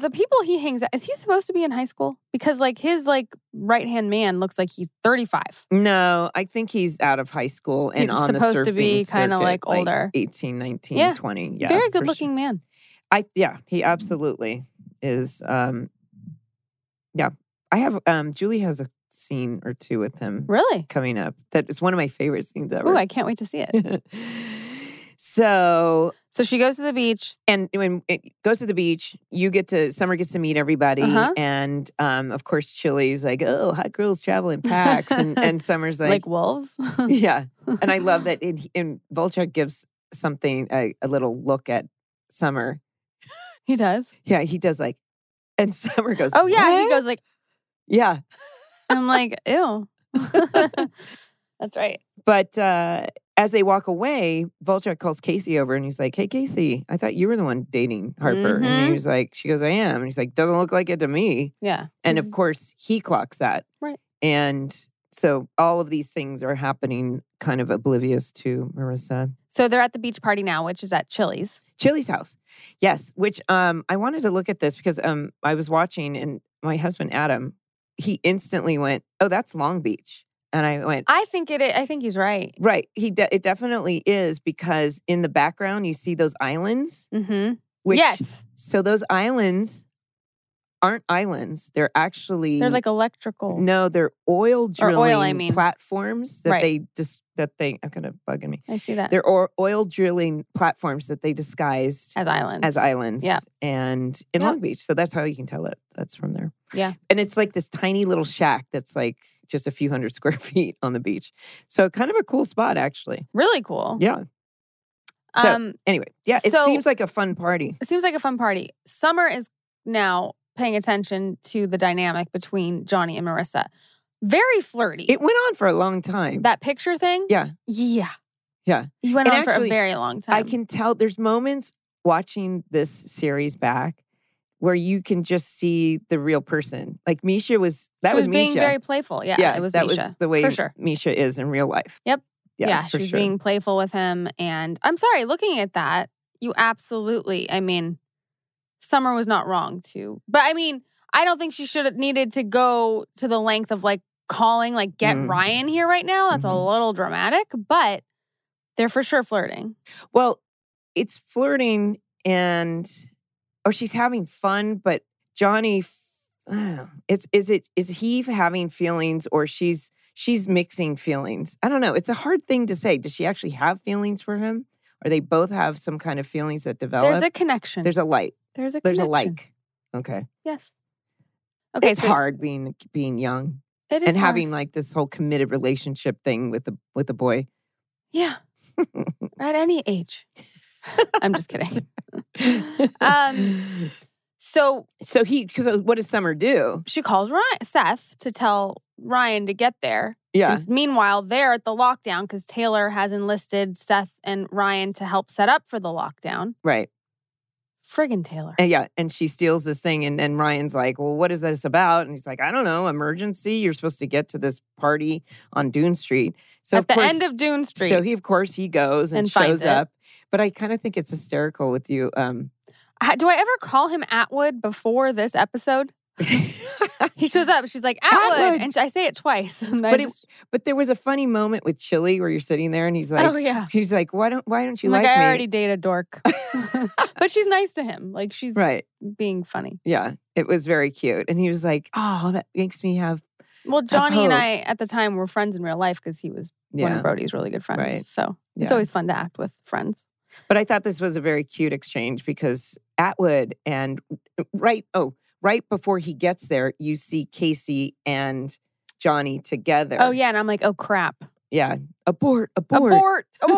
Speaker 1: the people he hangs out, is he supposed to be in high school? Because like his like right hand man looks like he's 35.
Speaker 2: no, I think he's out of high school
Speaker 1: He's
Speaker 2: and on the
Speaker 1: supposed to
Speaker 2: surfing
Speaker 1: be kinda,
Speaker 2: circuit,
Speaker 1: like, older.
Speaker 2: 18, 19,
Speaker 1: Yeah.
Speaker 2: 20. Yeah,
Speaker 1: Very
Speaker 2: for
Speaker 1: good
Speaker 2: sure.
Speaker 1: looking Mm-hmm. man.
Speaker 2: I yeah, he absolutely is. Um, yeah, I have. Um, Julie has a scene or two with him
Speaker 1: Really?
Speaker 2: coming up. That is one of my favorite scenes ever.
Speaker 1: Ooh, I can't wait to see it.
Speaker 2: so
Speaker 1: So she goes to the beach.
Speaker 2: and when it goes to the beach, you get to summer gets to meet everybody,
Speaker 1: Uh-huh.
Speaker 2: and um, of course, Chili's like, oh, hot girls travel in packs, and, and Summer's
Speaker 1: Like,
Speaker 2: like,
Speaker 1: wolves.
Speaker 2: yeah, and I love that. In, in Volchuk gives something a, a little look at Summer.
Speaker 1: he does.
Speaker 2: Yeah, he does like, and Summer goes,
Speaker 1: Oh yeah. He
Speaker 2: "What?"
Speaker 1: goes like,
Speaker 2: yeah,
Speaker 1: I'm like, ew. That's right.
Speaker 2: but. uh as they walk away, Volchuk calls Casey over and he's like, Hey, Casey, I thought you were the one dating Harper. And
Speaker 1: Mhm.
Speaker 2: he was like, She goes, I am. And he's like, Doesn't look like it to me.
Speaker 1: Yeah.
Speaker 2: And
Speaker 1: This
Speaker 2: of
Speaker 1: is-
Speaker 2: course, he clocks that.
Speaker 1: Right.
Speaker 2: And so all of these things are happening kind of oblivious to Marissa.
Speaker 1: so they're at the beach party now, which is at Chili's.
Speaker 2: Chili's house. Yes, which um I wanted to look at this because um I was watching and my husband Adam, he instantly went, "Oh, that's Long Beach." And I went,
Speaker 1: I think it. I think he's right.
Speaker 2: "Right, he de- it definitely is because in the background you see those islands,
Speaker 1: Mm-hmm.
Speaker 2: which
Speaker 1: yes,
Speaker 2: so those islands aren't islands. They're actually
Speaker 1: they're like electrical.
Speaker 2: No, they're oil
Speaker 1: Or
Speaker 2: drilling
Speaker 1: oil, I mean.
Speaker 2: platforms that
Speaker 1: Right.
Speaker 2: they dis- that they I'm gonna bugging me.
Speaker 1: I see that
Speaker 2: They're or- oil drilling platforms that they disguised
Speaker 1: as islands.
Speaker 2: as islands.
Speaker 1: Yeah.
Speaker 2: And in
Speaker 1: Yeah.
Speaker 2: Long Beach. So that's how you can tell it. That's from there.
Speaker 1: Yeah.
Speaker 2: And it's like this tiny little shack that's like just a few hundred square feet on the beach. So kind of a cool spot actually.
Speaker 1: really cool.
Speaker 2: Yeah. so-
Speaker 1: um,
Speaker 2: Anyway, yeah, it
Speaker 1: Oh. So-
Speaker 2: seems like a fun party.
Speaker 1: it seems like a fun party. Summer is now paying attention to the dynamic between Johnny and Marissa. Very flirty.
Speaker 2: It went on for a long time.
Speaker 1: that picture thing.
Speaker 2: Yeah.
Speaker 1: Yeah.
Speaker 2: Yeah.
Speaker 1: You went
Speaker 2: And
Speaker 1: on for a
Speaker 2: actually,
Speaker 1: very long time.
Speaker 2: I can tell there's moments watching this series back where you can just see the real person. Like Misha was that
Speaker 1: she
Speaker 2: was,
Speaker 1: was, being
Speaker 2: Misha.
Speaker 1: very playful. Yeah. it was
Speaker 2: that
Speaker 1: Misha,
Speaker 2: was the way
Speaker 1: for sure.
Speaker 2: Misha is in real life.
Speaker 1: Yep.
Speaker 2: Yeah, for
Speaker 1: she's
Speaker 2: sure.
Speaker 1: being playful with him. And I'm sorry, looking at that, you absolutely, I mean, Summer was not wrong to, but I mean, I don't think she should have needed to go to the length of like calling, like, get
Speaker 2: Mm.
Speaker 1: Ryan here right now. That's a
Speaker 2: Mhm.
Speaker 1: little dramatic, but they're for sure flirting.
Speaker 2: Well, it's flirting and or she's having fun, but Johnny, f- I don't know. It's is it is he having feelings or she's she's mixing feelings? I don't know. It's a hard thing to say. Does she actually have feelings for him? Or they both have some kind of feelings Oh, that develop?
Speaker 1: There's a connection.
Speaker 2: There's a light.
Speaker 1: there's a
Speaker 2: There's a
Speaker 1: connection.
Speaker 2: like. Okay.
Speaker 1: Yes. Okay.
Speaker 2: it's
Speaker 1: so
Speaker 2: hard being being young
Speaker 1: It is
Speaker 2: and
Speaker 1: hard.
Speaker 2: having like this whole committed relationship thing with the with a boy.
Speaker 1: Yeah. At any age. I'm just kidding. Um, So
Speaker 2: so he so what does Summer do?
Speaker 1: she calls Ryan, Seth to tell Ryan to get there.
Speaker 2: Yeah.
Speaker 1: And meanwhile, they're at the lockdown because Taylor has enlisted Seth and Ryan to help set up for the lockdown.
Speaker 2: Right.
Speaker 1: Friggin' Taylor.
Speaker 2: And yeah. And she steals this thing and, and Ryan's like, Well, what is this about? And he's like, I don't know, emergency. You're supposed to get to this party on Dune Street. So
Speaker 1: at
Speaker 2: of
Speaker 1: the
Speaker 2: course,
Speaker 1: end of Dune Street.
Speaker 2: So he of course he goes and,
Speaker 1: And finds
Speaker 2: shows
Speaker 1: it.
Speaker 2: up. But I kind of think it's hysterical with you. Um
Speaker 1: Ha- Do I ever call him Atwood before this episode? He shows up. She's like, Atwood.
Speaker 2: Atwood.
Speaker 1: And sh- I say it twice. And I
Speaker 2: But it-
Speaker 1: just-
Speaker 2: But there was a funny moment with Chili where you're sitting there and he's like
Speaker 1: oh, yeah.
Speaker 2: he's like, Why don't why don't you
Speaker 1: I'm like,
Speaker 2: like,
Speaker 1: I
Speaker 2: me?
Speaker 1: already date a dork. but she's nice to him. Like, she's
Speaker 2: Right.
Speaker 1: being funny.
Speaker 2: Yeah. It was very cute. And he was like, Oh, that makes me have
Speaker 1: Well, Johnny and
Speaker 2: hope.
Speaker 1: I at the time were friends in real life because he was one
Speaker 2: yeah.
Speaker 1: of Brody's really good friends.
Speaker 2: Right.
Speaker 1: So
Speaker 2: yeah.
Speaker 1: it's always fun to act with friends.
Speaker 2: But I thought this was a very cute exchange because Atwood and right oh right before he gets there, you see Casey and Johnny together.
Speaker 1: Oh, yeah. And I'm like, oh, crap.
Speaker 2: yeah. Abort, abort.
Speaker 1: Abort. Oh,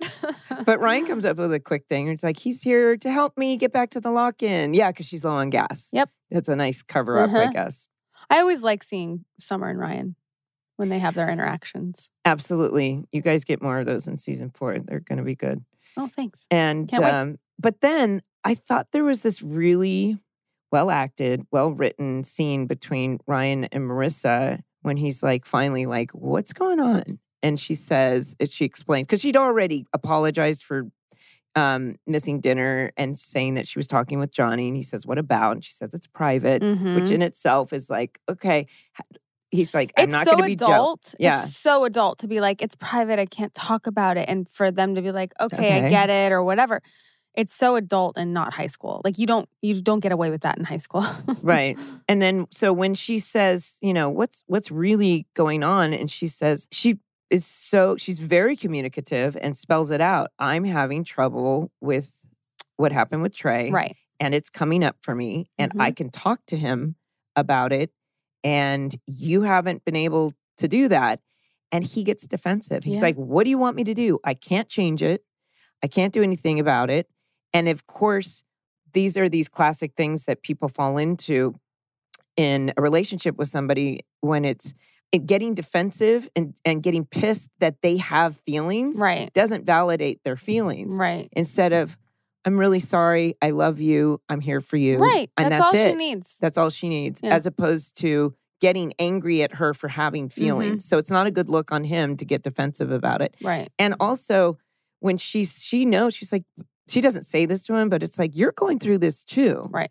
Speaker 1: abort.
Speaker 2: But Ryan comes up with a quick thing. It's like he's here to help me get back to the lock-in. Yeah, because she's low on gas.
Speaker 1: Yep.
Speaker 2: that's a nice cover up, I
Speaker 1: Uh-huh.
Speaker 2: guess.
Speaker 1: I always like seeing Summer and Ryan when they have their interactions.
Speaker 2: Absolutely, you guys get more of those in season four. They're going to be good.
Speaker 1: Oh, thanks.
Speaker 2: And
Speaker 1: Can't wait.
Speaker 2: um, but then I thought there was this really well acted, well written scene between Ryan and Marissa when he's like finally like, "What's going on?" And she says, and she explains because she'd already apologized for um, missing dinner and saying that she was talking with Johnny, and he says, "What about?" And she says, "It's private," which
Speaker 1: Mhm.
Speaker 2: in itself is like, okay. He's like, "I'm
Speaker 1: it's
Speaker 2: not
Speaker 1: so
Speaker 2: going to be jealous."
Speaker 1: adult.
Speaker 2: Yeah.
Speaker 1: It's so adult to be like, it's private. I can't talk about it. And for them to be like, okay,
Speaker 2: Okay.
Speaker 1: I get it or whatever. It's so adult and not high school. Like you don't you don't get away with that in high school.
Speaker 2: Right. And then so when she says, you know, what's what's really going on and she says she is so she's very communicative and spells it out. I'm having trouble with what happened with Trey
Speaker 1: right.
Speaker 2: and it's coming up for me and
Speaker 1: Mm-hmm.
Speaker 2: I can talk to him about it and you haven't been able to do that and he gets defensive. He's
Speaker 1: Yeah.
Speaker 2: like, "What do you want me to do? I can't change it. I can't do anything about it." And of course, these are these classic things that people fall into in a relationship with somebody when it's it getting defensive and, and getting pissed that they have feelings
Speaker 1: Right.
Speaker 2: doesn't validate their feelings
Speaker 1: Right.
Speaker 2: instead of I'm really sorry, I love you, I'm here for you.
Speaker 1: Right.
Speaker 2: And
Speaker 1: that's, all
Speaker 2: that's
Speaker 1: she
Speaker 2: it.
Speaker 1: needs.
Speaker 2: That's all she needs,
Speaker 1: Yeah.
Speaker 2: as opposed to getting angry at her for having feelings.
Speaker 1: Mm-hmm.
Speaker 2: So it's not a good look on him to get defensive about it.
Speaker 1: Right.
Speaker 2: And also when she's she knows she's like she doesn't say this to him, but it's like you're going through this too.
Speaker 1: Right.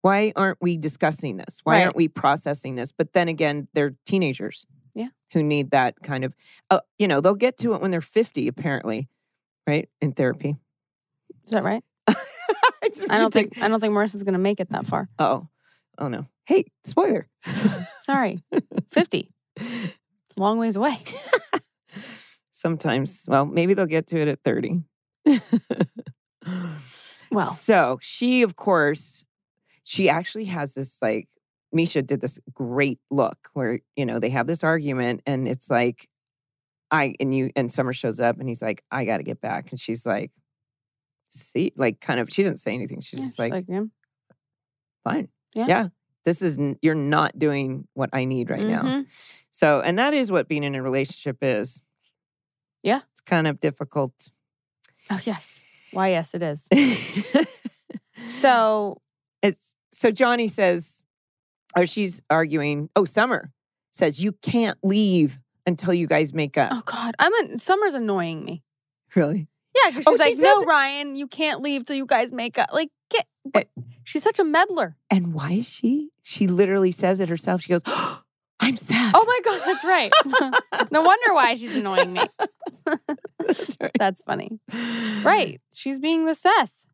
Speaker 2: Why aren't we discussing this? Why aren't
Speaker 1: Right.
Speaker 2: we processing this? But then again, they're teenagers.
Speaker 1: Yeah.
Speaker 2: Who need that kind of uh, you know, they'll get to it when they're 50 apparently, right? In therapy.
Speaker 1: Is that right?
Speaker 2: It's
Speaker 1: I don't
Speaker 2: ridic-
Speaker 1: think I don't think Marissa's gonna make it that far.
Speaker 2: Oh, oh no! Hey, spoiler.
Speaker 1: Sorry. Fifty. It's a long ways away.
Speaker 2: Sometimes, well, maybe they'll get to it at thirty.
Speaker 1: Well.
Speaker 2: so she, of course, she actually has this like Misha did this great look where you know they have this argument and it's like I and you and Summer shows up and he's like I got to get back and she's like see like kind of she doesn't say anything she's
Speaker 1: Yeah,
Speaker 2: just like,
Speaker 1: yeah.
Speaker 2: fine
Speaker 1: Yeah.
Speaker 2: this is n- you're not doing what I need right now
Speaker 1: Mhm.
Speaker 2: So, and that is what being in a relationship is.
Speaker 1: Yeah.
Speaker 2: It's kind of difficult.
Speaker 1: Oh yes. Why yes it is.
Speaker 2: so,
Speaker 1: So
Speaker 2: it's so Johnny says, or she's arguing, oh, Summer says, you can't leave until you guys make up.
Speaker 1: Oh God, I'm a, summer's annoying me.
Speaker 2: Really?
Speaker 1: Yeah, because she's
Speaker 2: Oh, she
Speaker 1: like, no,
Speaker 2: says-
Speaker 1: Ryan, you can't leave till you guys make up. Like, get.
Speaker 2: Eh.
Speaker 1: What? She's such a meddler.
Speaker 2: And why is she? She literally says it herself. She goes, oh, I'm Seth.
Speaker 1: Oh my God, that's right.
Speaker 2: my.
Speaker 1: no wonder why she's annoying me. That's funny. Right, she's being the Seth.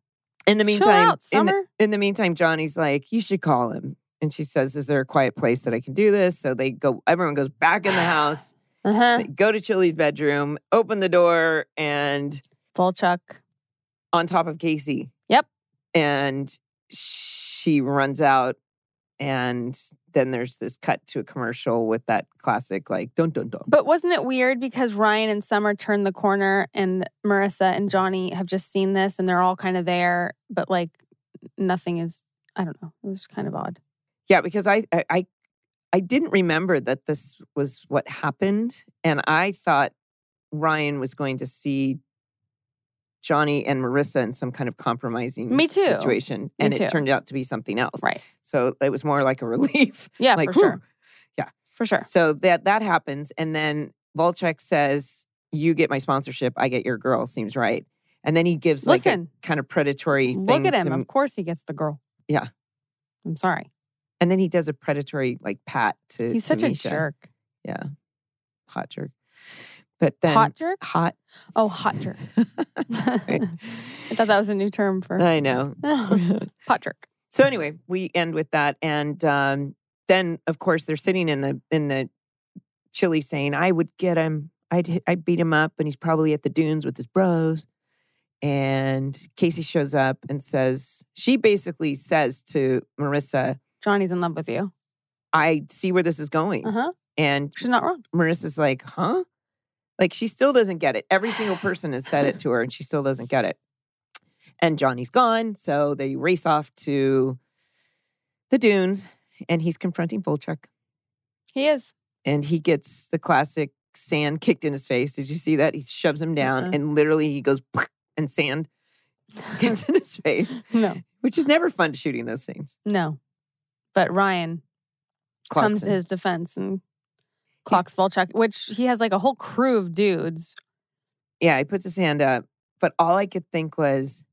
Speaker 2: In the
Speaker 1: Chill
Speaker 2: meantime,
Speaker 1: out,
Speaker 2: in the,
Speaker 1: Summer.
Speaker 2: in the meantime, Johnny's like, you should call him. And she says, Is there a quiet place that I can do this? So they go, everyone goes back in the house,
Speaker 1: uh huh.
Speaker 2: they go to Chili's bedroom, open the door, and
Speaker 1: Volchuk.
Speaker 2: on top of Casey.
Speaker 1: Yep.
Speaker 2: And she, she runs out and then there's this cut to a commercial with that classic like dun dun dun.
Speaker 1: But wasn't it weird because Ryan and Summer turned the corner and Marissa and Johnny have just seen this and they're all kind of there, but like nothing is I don't know. It was kind of odd.
Speaker 2: Yeah, because I I I- I didn't remember that this was what happened and I thought Ryan was going to see Johnny and Marissa in some kind of compromising
Speaker 1: Me too.
Speaker 2: situation and
Speaker 1: too.
Speaker 2: it turned out to be something else.
Speaker 1: Right.
Speaker 2: So it was more like a relief.
Speaker 1: Yeah,
Speaker 2: like
Speaker 1: for
Speaker 2: whew.
Speaker 1: sure. For sure.
Speaker 2: So that that happens, and then Volchek says, "You get my sponsorship, I get your girl." Seems right. And then he gives like
Speaker 1: Listen,
Speaker 2: a kind of predatory
Speaker 1: look
Speaker 2: thing
Speaker 1: at him.
Speaker 2: to-
Speaker 1: Of course he gets the girl.
Speaker 2: Yeah.
Speaker 1: I'm sorry.
Speaker 2: and then he does a predatory like pat to
Speaker 1: He's
Speaker 2: to
Speaker 1: such
Speaker 2: Misha.
Speaker 1: a jerk.
Speaker 2: Yeah, hot jerk. But then
Speaker 1: hot jerk?
Speaker 2: hot.
Speaker 1: Oh, hot jerk.
Speaker 2: Right.
Speaker 1: I thought that was a new term for
Speaker 2: I know.
Speaker 1: hot jerk.
Speaker 2: so anyway, we end with that, and um, then of course they're sitting in the in the chili saying, "I would get him. I'd hit- I'd beat him up, and he's probably at the dunes with his bros." And Casey shows up and says, she basically says to Marissa,
Speaker 1: Johnny's in love with you.
Speaker 2: "I see where this is going,"
Speaker 1: Uh huh.
Speaker 2: and
Speaker 1: She's not wrong.
Speaker 2: Marissa's like, huh? Like she still doesn't get it. Every single person has said it to her and she still doesn't get it. And Johnny's gone. So they race off to the dunes and he's confronting Volchuk
Speaker 1: He is.
Speaker 2: and he gets the classic sand kicked in his face. Did you see that? He shoves him down
Speaker 1: Uh-uh.
Speaker 2: and literally he goes and sand gets in his face,
Speaker 1: no,
Speaker 2: which is never fun shooting those things.
Speaker 1: no. But Ryan comes
Speaker 2: Clarkson.
Speaker 1: to his defense and clocks Volchuk, which he has like a whole crew of dudes.
Speaker 2: Yeah, he puts his hand up. But all I could think was,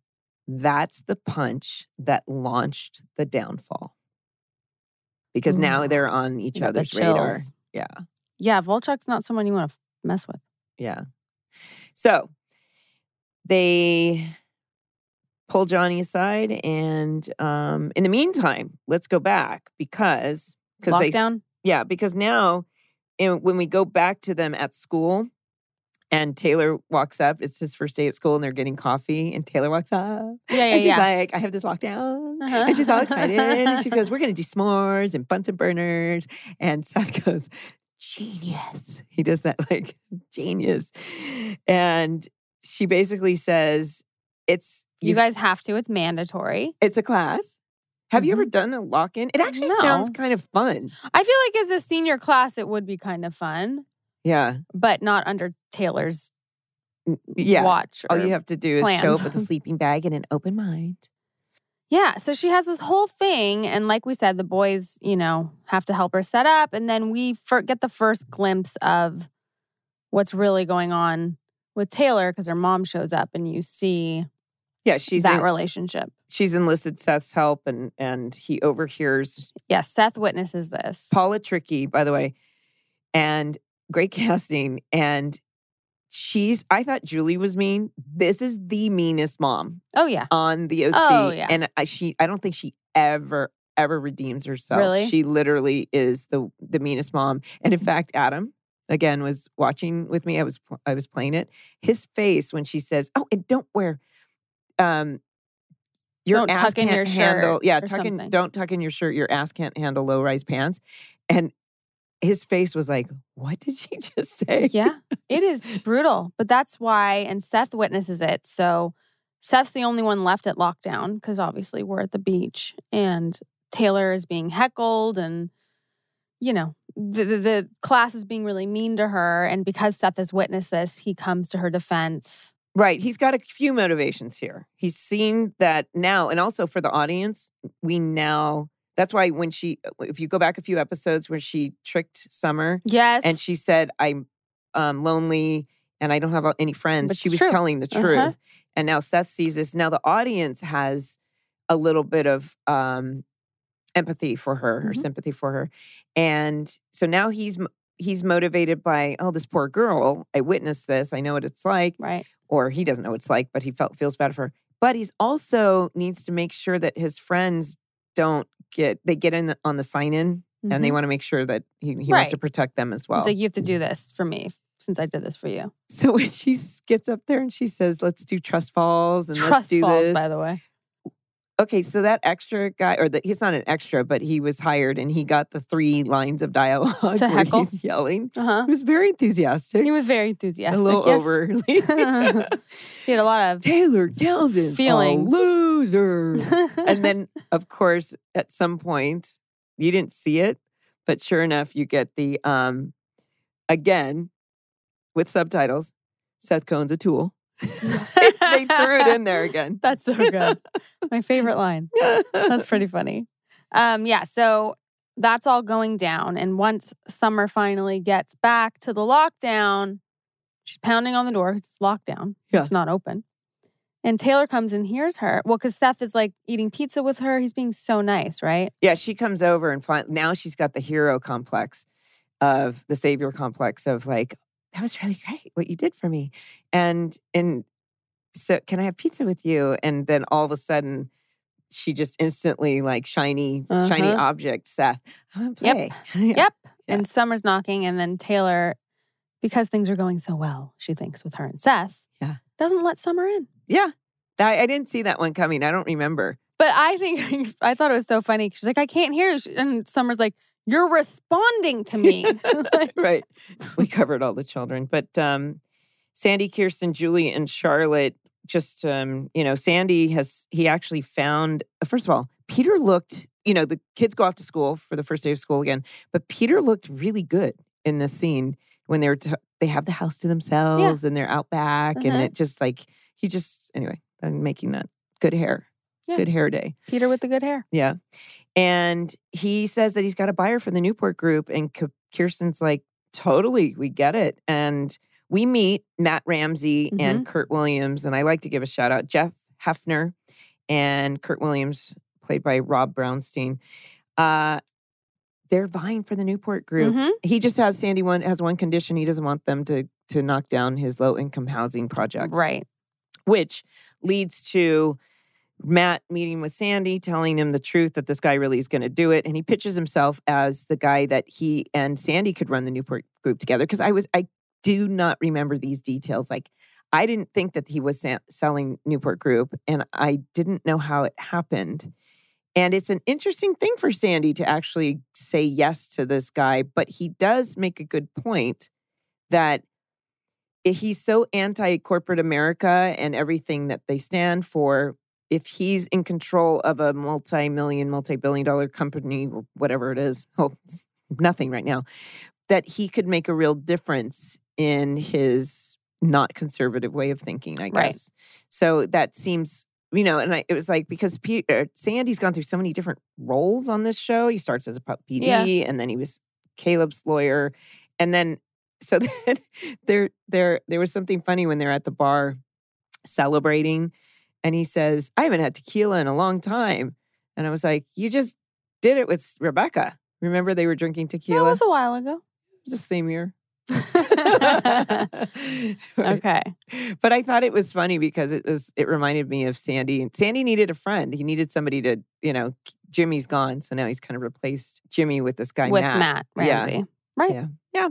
Speaker 2: that's the punch that launched the downfall. Because now
Speaker 1: Mm.
Speaker 2: they're on each
Speaker 1: You got the
Speaker 2: other's radar.
Speaker 1: chills.
Speaker 2: Yeah.
Speaker 1: Yeah, Volchuk's not someone you want to mess with.
Speaker 2: Yeah. So they pull Johnny aside. And um, in the meantime, let's go back because because they s-
Speaker 1: Lockdown.
Speaker 2: yeah, because now you know, when we go back to them at school and Taylor walks up, it's his first day at school and they're getting coffee and Taylor walks up
Speaker 1: yeah, yeah,
Speaker 2: and she's
Speaker 1: yeah. Uh-huh.
Speaker 2: like, I have this lockdown. And she's all excited. and she goes, We're going to do s'mores and Bunsen burners. And Seth goes, Genius. He does that like genius. And she basically says, It's
Speaker 1: "You guys have to. It's mandatory."
Speaker 2: it's a class. Have you ever done a lock in? It actually sounds
Speaker 1: Mm-hmm. No.
Speaker 2: kind of fun.
Speaker 1: I feel like as a senior class, it would be kind of fun,
Speaker 2: Yeah.
Speaker 1: but not under Taylor's
Speaker 2: N- Yeah.
Speaker 1: watch.
Speaker 2: All
Speaker 1: or-
Speaker 2: you have to do is show up
Speaker 1: plans.
Speaker 2: with a sleeping bag and an open mind.
Speaker 1: Yeah. So she has this whole thing. And like we said, the boys, you know, have to help her set up. And then we fir- get the first glimpse of what's really going on with Taylor because her mom shows up and you see
Speaker 2: Yeah, she's
Speaker 1: that
Speaker 2: en-
Speaker 1: relationship.
Speaker 2: she's enlisted Seth's help, and and he overhears
Speaker 1: Yeah. Seth witnesses this.
Speaker 2: Paula Tricky, by the way, and great casting. And she's I thought Julie was mean. This is the meanest mom
Speaker 1: Oh, yeah.
Speaker 2: on the OC,
Speaker 1: Oh, yeah.
Speaker 2: and I, she I don't think she ever ever redeems herself.
Speaker 1: Really? Mm-hmm.
Speaker 2: She literally is the the meanest mom. And in fact, Adam again was watching with me. I was pl- I was playing it. His face when she says, "Oh, and don't wear um your
Speaker 1: Don't
Speaker 2: ass
Speaker 1: tuck in
Speaker 2: can't
Speaker 1: your
Speaker 2: handle
Speaker 1: shirt
Speaker 2: yeah,
Speaker 1: or
Speaker 2: tuck in
Speaker 1: something.
Speaker 2: don't tuck in your shirt. Your ass can't handle low-rise pants." And his face was like, "What did she just say?"
Speaker 1: Yeah. It is brutal. But that's why, and Seth witnesses it. So Seth's the only one left at lockdown because obviously we're at the beach and Taylor is being heckled and, you know, the, the, the class is being really mean to her. And because Seth has witnessed this, he comes to her defense.
Speaker 2: Right. He's got a few motivations here. He's seen that now, and also for the audience, we now. That's why when she, if you go back a few episodes where she tricked Summer
Speaker 1: Yes.
Speaker 2: and she said, "I'm um, lonely and I don't have any friends,"
Speaker 1: It's
Speaker 2: she was
Speaker 1: true.
Speaker 2: telling the
Speaker 1: Uh-huh.
Speaker 2: truth, and now Seth sees this. Now the audience has a little bit of um, empathy for her or
Speaker 1: Mhm.
Speaker 2: sympathy for her, and so now he's m- he's motivated by, "Oh, this poor girl. I witnessed this. I know what it's like."
Speaker 1: right.
Speaker 2: or he doesn't know what it's like, but he felt feels bad for her. But he's also needs to make sure that his friends don't get they get in on the sign in and they
Speaker 1: Mhm.
Speaker 2: want to make sure that he, he wants to
Speaker 1: Right.
Speaker 2: protect them as well. Mm-hmm.
Speaker 1: He's like, you have to do this for me since I did this for you.
Speaker 2: so when she s- gets up there and she says, "Let's do trust falls and let's
Speaker 1: Trust
Speaker 2: do
Speaker 1: falls,
Speaker 2: this,"
Speaker 1: by the way.
Speaker 2: Okay, so that extra guy, or the, he's not an extra, but he was hired and he got the three lines of
Speaker 1: To
Speaker 2: dialogue where
Speaker 1: heckle?
Speaker 2: he's yelling.
Speaker 1: Uh
Speaker 2: He
Speaker 1: huh.
Speaker 2: was very enthusiastic.
Speaker 1: He was very enthusiastic.
Speaker 2: a little
Speaker 1: yes.
Speaker 2: overly.
Speaker 1: He had a lot of.
Speaker 2: Taylor Townsend,
Speaker 1: Feelings.
Speaker 2: a loser. and then, of course, at some point, you didn't see it, but sure enough, you get the um again with subtitles. Seth Cohen's a tool. they threw it in there again.
Speaker 1: That's so good. My favorite line. That's pretty funny. Um, yeah, so that's all going down. And once summer finally gets back to the lockdown, she's pounding on the door. 'cause It's locked down.
Speaker 2: Yeah.
Speaker 1: It's not open. And Taylor comes and hears her. Well, because Seth is like eating pizza with her. He's being so nice, right?
Speaker 2: yeah, she comes over and find, now she's got the hero complex of the savior complex of like that was really great what you did for me, and and so can I have pizza with you? And then all of a sudden. She just instantly like shiny, shiny
Speaker 1: Uh-huh.
Speaker 2: object. Seth, I want to
Speaker 1: Yep.
Speaker 2: play.
Speaker 1: Yep.
Speaker 2: Yeah.
Speaker 1: And Summer's knocking, and then Taylor, because things are going so well, she thinks with her and Seth,
Speaker 2: Yeah.
Speaker 1: doesn't let Summer in.
Speaker 2: Yeah. I, I didn't see that one coming. I don't remember.
Speaker 1: But I think I thought it was so funny. She's like, I can't hear you. She- And Summer's like, You're responding to me. Like,
Speaker 2: right. We covered all the children. But um, Sandy, Kirsten, Julie, and Charlotte just, um, you know, Sandy has, he actually found, first of all, Peter looked, you know, the kids go off to school for the first day of school again, but Peter looked really good in this scene when they're, t- they have the house to themselves and they're out back and
Speaker 1: Uh-huh.
Speaker 2: it just like, he just, anyway, I'm making that good hair,
Speaker 1: Yeah.
Speaker 2: good hair day.
Speaker 1: Peter with the good hair.
Speaker 2: Yeah. And he says that he's got a buyer for the Newport group. And K- Kirsten's like, totally, we get it. And we meet Matt Ramsey and Kurt Williams. And I like to give a shout out Jeff Hefner and Kurt Williams, played by Rob Brownstein. Uh, they're vying for the Newport group.
Speaker 1: Mhm.
Speaker 2: He just has Sandy one has one condition. He doesn't want them to to knock down his low income housing project
Speaker 1: Right.
Speaker 2: which leads to Matt meeting with Sandy, telling him the truth that this guy really is going to do it, and he pitches himself as the guy that he and Sandy could run the Newport group together. Because I was, I do not remember these details. Like, I didn't think that he was sa- selling Newport Group, and I didn't know how it happened. And it's an interesting thing for Sandy to actually say yes to this guy, but he does make a good point that he's so anti corporate America and everything that they stand for. If he's in control of a multi million, multi billion dollar company, or whatever it is, well, it's nothing right now, that he could make a real difference in his not conservative way of thinking, I guess.
Speaker 1: Right.
Speaker 2: So that seems, you know, and I, it was like because Peter, Sandy's gone through so many different roles on this show. He starts as a pu- PD
Speaker 1: Yeah.
Speaker 2: and then he was Caleb's lawyer. And then so then there there there was something funny when they're at the bar celebrating and he says i haven't had tequila in a long time and i was like you just did it with rebecca remember they were drinking
Speaker 1: That
Speaker 2: tequila
Speaker 1: was a while ago.
Speaker 2: It was the same year Right.
Speaker 1: okay.
Speaker 2: but i thought it was funny because it was it reminded me of sandy sandy needed a friend he needed somebody to you know jimmy's gone so now he's kind of replaced jimmy with this guy
Speaker 1: with
Speaker 2: matt,
Speaker 1: Matt,
Speaker 2: Yeah.
Speaker 1: Ramsey. Right.
Speaker 2: Yeah.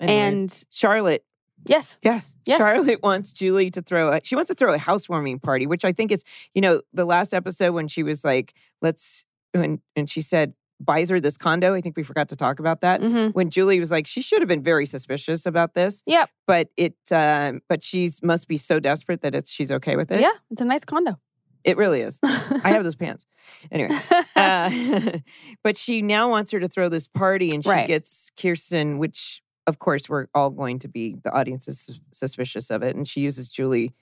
Speaker 2: Anyway,
Speaker 1: And
Speaker 2: charlotte
Speaker 1: yes.
Speaker 2: Yes.
Speaker 1: Yes.
Speaker 2: Charlotte wants Julie to throw a she wants to throw a housewarming party, which I think is, you know, the last episode when she was like, let's when and she said buys her this condo. I think we forgot to talk about that.
Speaker 1: hmm
Speaker 2: When Julie was like, she should have been very suspicious about this.
Speaker 1: Yep.
Speaker 2: But it um but she's must be so desperate that it's she's okay with it.
Speaker 1: Yeah. It's a nice condo.
Speaker 2: It really is. I have those pants. Anyway uh, but she now wants her to throw this party and she
Speaker 1: Right.
Speaker 2: gets Kirsten, which of course we're all going to be the audience is sus- suspicious of it. And she uses Julie,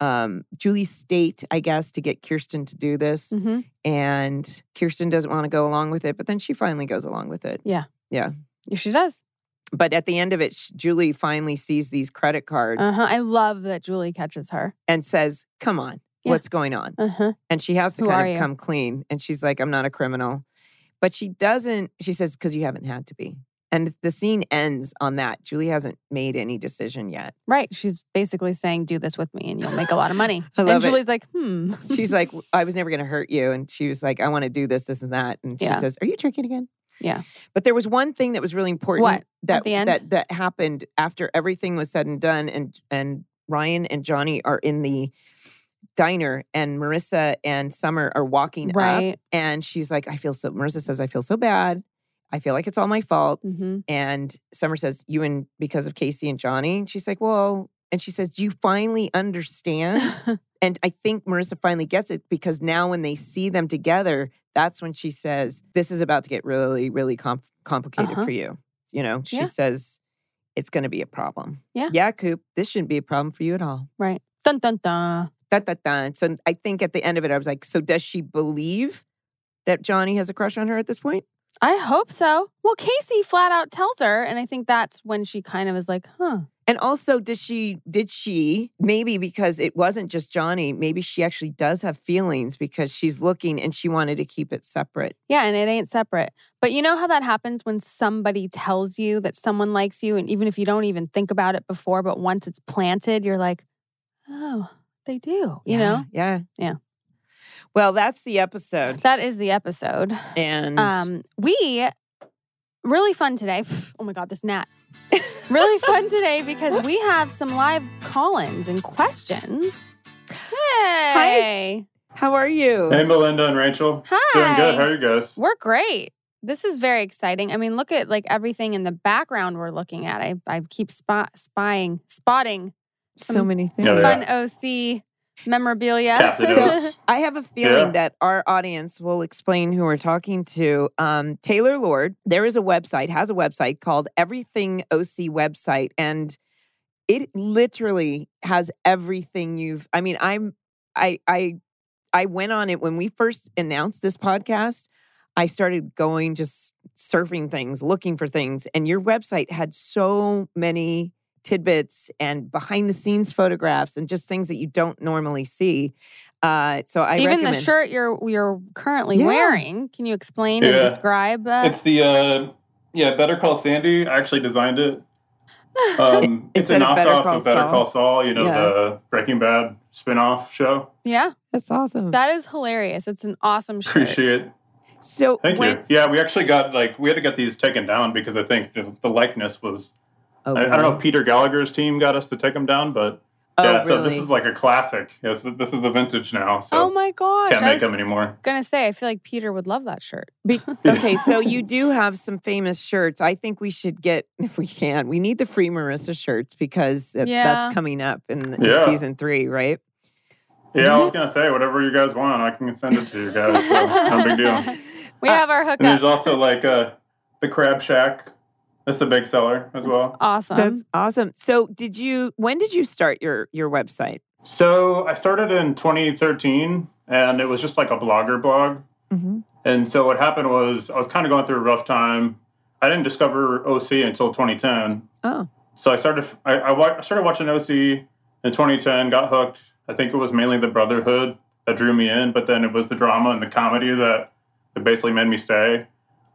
Speaker 2: um, Julie State, I guess, to get Kirsten to do this.
Speaker 1: Mhm.
Speaker 2: And Kirsten doesn't want to go along with it, but then she finally goes along with it.
Speaker 1: Yeah, She does.
Speaker 2: But at the end of it, sh- Julie finally sees these credit cards
Speaker 1: Uh-huh. I love that Julie catches her.
Speaker 2: and says, Come on,
Speaker 1: Yeah.
Speaker 2: what's going on?
Speaker 1: Uh-huh.
Speaker 2: And she has to
Speaker 1: Who
Speaker 2: kind
Speaker 1: are
Speaker 2: of
Speaker 1: you?
Speaker 2: come clean. And she's like, I'm not a criminal. But she doesn't, she says, because you haven't had to be. And the scene ends on that. Julie hasn't made any decision yet.
Speaker 1: Right. She's basically saying, do this with me and you'll make a lot of money.
Speaker 2: I love
Speaker 1: and
Speaker 2: it.
Speaker 1: Julie's like, hmm.
Speaker 2: She's like, I was never going to hurt you. And she was like, I want to do this, this, and that. And she
Speaker 1: Yeah.
Speaker 2: says, Are you drinking again?
Speaker 1: Yeah.
Speaker 2: But there was one thing that was really important
Speaker 1: What?
Speaker 2: that
Speaker 1: the end?
Speaker 2: that that happened after everything was said and done, and and Ryan and Johnny are in the diner and Marissa and Summer are
Speaker 1: Uh,
Speaker 2: walking up
Speaker 1: right.
Speaker 2: and she's like, I feel so Marissa says, I feel so bad. I feel like it's all my fault.
Speaker 1: Mm-hmm.
Speaker 2: And Summer says, You and because of Casey and Johnny. And she's like, Well, and she says, Do you finally understand?
Speaker 1: Mm-hmm.
Speaker 2: And I think Marissa finally gets it because now when they see them together, that's when she says, This is about to get really, really com- complicated
Speaker 1: Uh-huh.
Speaker 2: for you. You know, she
Speaker 1: Yeah.
Speaker 2: says, It's going to be a problem.
Speaker 1: Yeah.
Speaker 2: Yeah, Coop, this shouldn't be a problem for you at all.
Speaker 1: right. Dun dun dun.
Speaker 2: Dun, dun, dun. So I think at the end of it, I was like, So does she believe that Johnny has a crush on her at this point?
Speaker 1: I hope so. Well, Casey flat out tells her, and I think that's when she kind of is like, huh.
Speaker 2: And also, does she, did she, maybe because it wasn't just Johnny, maybe she actually does have feelings because she's looking and she wanted to keep it separate.
Speaker 1: Yeah, and it ain't separate. But you know how that happens when somebody tells you that someone likes you, and even if you don't even think about it before, but once it's planted, you're like, oh, they do, you know?
Speaker 2: Yeah.
Speaker 1: Yeah.
Speaker 2: Well, that's the episode.
Speaker 1: That is the episode.
Speaker 2: And
Speaker 1: Um, we really fun today. Oh my god, this gnat. really fun today because we have some live call-ins and questions. Hey.
Speaker 2: how are you?
Speaker 3: Hey, Melinda and Rachel.
Speaker 1: Hi.
Speaker 3: Doing good. How are you guys?
Speaker 1: We're great. This is very exciting. I mean, look at like everything in the background we're looking at. I, I keep spot, spying, spotting
Speaker 2: so many things.
Speaker 3: Yeah,
Speaker 1: fun
Speaker 3: they
Speaker 1: OC memorabilia.
Speaker 3: Captain Oaks.
Speaker 2: I have a feeling
Speaker 3: Yeah.
Speaker 2: that our audience will explain who we're talking to. Um, Taylor Lord, there is a website, has a website called Everything OC Website, and it literally has everything you've. I mean, I'm, I, I, I went on it when we first announced this podcast. I started going just surfing things, looking for things, and your website had so many tidbits and behind the scenes photographs and just things that you don't normally see. Uh, so I
Speaker 1: Even
Speaker 2: recommend
Speaker 1: the shirt you're you're currently
Speaker 2: Yeah.
Speaker 1: wearing. Can you explain and
Speaker 3: Yeah.
Speaker 1: describe? Uh,
Speaker 3: It's the uh, yeah, Better Call Sandy. I actually designed it. Um, it's a
Speaker 2: Instead of Better
Speaker 3: knockoff
Speaker 2: Call
Speaker 3: of Better
Speaker 2: Saul.
Speaker 3: Call Saul. You know
Speaker 2: Yeah.
Speaker 3: the Breaking Bad spin-off show.
Speaker 1: yeah,
Speaker 2: That's awesome.
Speaker 1: that is hilarious. It's an awesome shirt.
Speaker 3: Appreciate it.
Speaker 2: so
Speaker 3: Thank
Speaker 2: when,
Speaker 3: you. Yeah, we actually got like we had to get these taken down because I think the, the likeness was.
Speaker 2: Oh,
Speaker 3: I, I don't know.
Speaker 2: really?
Speaker 3: if Peter Gallagher's team got us to take them down, but
Speaker 2: Oh,
Speaker 3: yeah.
Speaker 2: really?
Speaker 3: So this is like a classic. Yes, this is a vintage now.
Speaker 1: oh
Speaker 3: So
Speaker 1: my gosh!
Speaker 3: can't
Speaker 1: I
Speaker 3: make
Speaker 1: was
Speaker 3: them anymore.
Speaker 1: gonna say I feel like Peter would love that shirt.
Speaker 2: Be- okay, so you do have some famous shirts. I think we should get, if we can, we need the free Marissa shirts because that-
Speaker 1: Yeah.
Speaker 2: that's coming up in, in
Speaker 3: Yeah.
Speaker 2: season three, right?
Speaker 3: Yeah, I was gonna say whatever you guys want, I can send it to you guys. So no big deal.
Speaker 2: Ah,
Speaker 1: We have our hookup.
Speaker 3: And there's also like uh, the Crab Shack. That's a big seller as well.
Speaker 1: awesome.
Speaker 2: That's awesome. So, did you? When did you start your your website?
Speaker 3: So I started in 2013, and it was just like a blogger blog.
Speaker 2: Mm-hmm.
Speaker 3: And so what happened was I was kind of going through a rough time. I didn't discover OC until 2010.
Speaker 2: Oh,
Speaker 3: So I started I, I wa- I started watching OC in 2010. Got hooked. I think it was mainly the Brotherhood that drew me in, but then it was the drama and the comedy that that basically made me stay.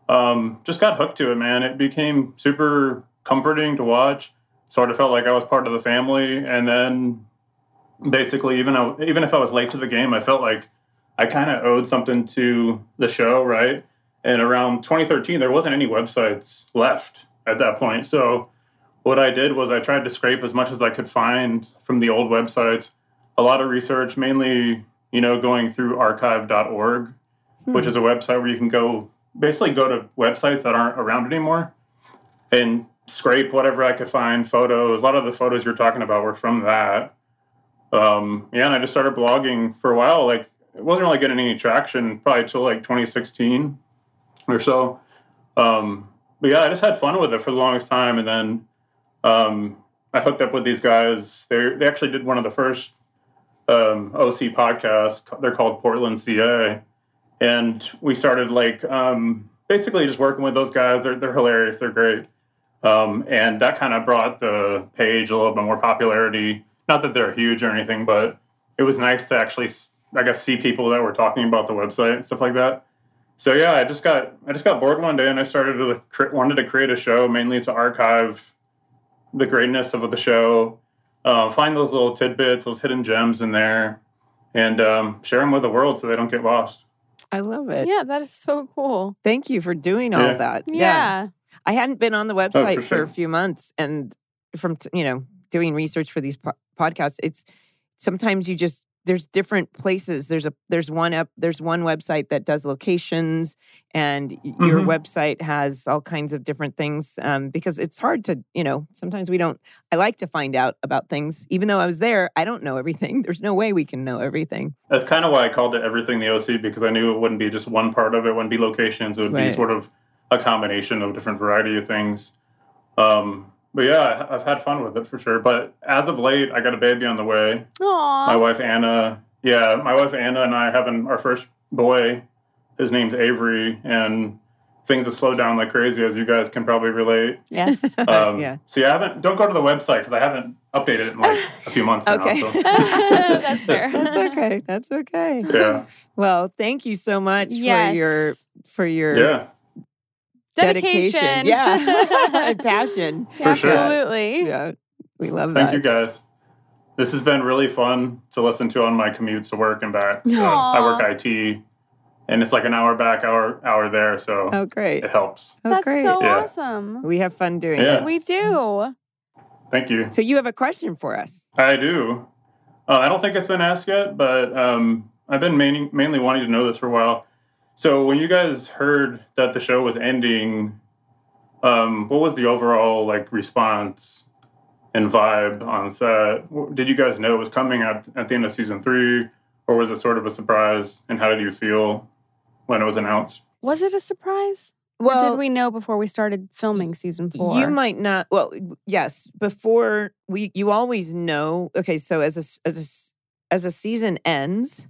Speaker 3: Um, just got hooked to it, man. It became super comforting to watch. Sort of felt like I was part of the family, and then basically, even though, even if I was late to the game, I felt like I kind of owed something to the show, right? And around 2013, there wasn't any websites left at that point. So what I did was I tried to scrape as much as I could find from the old websites. A lot of research, mainly, you know, going through archive.org which is a website where you can go basically go to websites that aren't around anymore and scrape whatever I could find photos. A lot of the photos you're talking about were from that. Um, yeah, and I just started blogging for a while. Like, it wasn't really getting any traction probably till like 2016 or so. Um, but yeah, I just had fun with it for the longest time, and then um, I hooked up with these guys. They they actually did one of the first um, OC podcasts. They're called Portland CA, and we started like um, basically just working with those guys. They're they're hilarious. They're great, um, and that kind of brought the page a little bit more popularity. Not that they're huge or anything, but it was nice to actually s- I guess see people that were talking about the website and stuff like that. So yeah, I just got I just got bored one day and I started to cre- wanted to create a show mainly to archive the greatness of the show, uh, find those little tidbits, those hidden gems in there, and um, share them with the world so they don't get lost.
Speaker 2: I love it.
Speaker 1: yeah, that is so cool.
Speaker 2: Thank you for doing all
Speaker 3: Yeah. Oh,
Speaker 2: of that.
Speaker 1: Yeah.
Speaker 2: I hadn't been on the website
Speaker 3: for
Speaker 2: for,
Speaker 3: sure.
Speaker 2: a few months, and from t- you know doing research for these po- podcasts, it's sometimes you just there's different places. There's a there's one up there's one website that does locations, and y- your
Speaker 3: Mhm.
Speaker 2: website has all kinds of different things um, because it's hard to you know sometimes we don't. I like to find out about things, even though I was there. I don't know everything. There's no way we can know everything.
Speaker 3: That's kind of why I called it everything the OC because I knew it wouldn't be just one part of it. Wouldn't be locations. It would
Speaker 2: Right.
Speaker 3: be sort of a combination of different variety of things. Um, but yeah, I- I've had fun with it for sure. But as of late, I got a baby on the way. My
Speaker 1: Aww.
Speaker 3: wife Anna, yeah, my wife Anna and I are having our first boy. His name's Avery, and things have slowed down like crazy, as you guys can probably relate.
Speaker 2: Yes.
Speaker 3: Um,
Speaker 2: yeah.
Speaker 3: So yeah, I haven't. Don't go to the website because I haven't updated it in like a few months
Speaker 2: Okay.
Speaker 3: now. So,
Speaker 1: That's fair.
Speaker 2: That's okay. That's okay.
Speaker 3: yeah,
Speaker 2: Well, thank you so much
Speaker 1: Yes.
Speaker 2: for your for your
Speaker 3: yeah.
Speaker 2: dedication.
Speaker 1: Dedication.
Speaker 2: Yeah. and passion.
Speaker 3: For sure.
Speaker 1: Absolutely.
Speaker 2: Yeah. We love
Speaker 3: Thank
Speaker 2: that.
Speaker 3: you guys. This has been really fun to listen to on my commute to work and back. Uh, I work
Speaker 1: Aw.
Speaker 3: IT, and it's like an hour back, hour hour there, so
Speaker 2: Oh great.
Speaker 3: it helps.
Speaker 2: Oh
Speaker 1: That's
Speaker 2: great.
Speaker 1: so
Speaker 3: Yeah.
Speaker 1: awesome.
Speaker 2: we have fun doing
Speaker 3: Yeah.
Speaker 2: it.
Speaker 1: We do.
Speaker 3: Thank you.
Speaker 2: So you have a question for us.
Speaker 3: I do. Uh, I don't think it's been asked yet, but um, I've been mainly, mainly wanting to know this for a while. So when you guys heard that the show was ending, um, what was the overall like response and vibe on set? W- Did you guys know it was coming at, at the end of season three, or was it sort of a surprise? And how did you feel when it was announced?
Speaker 1: Was it a surprise? or
Speaker 2: Well,
Speaker 1: did we know before we started filming season four?
Speaker 2: you might not well yes, before we you always know. Okay, so as a s- as a, s- as a season ends,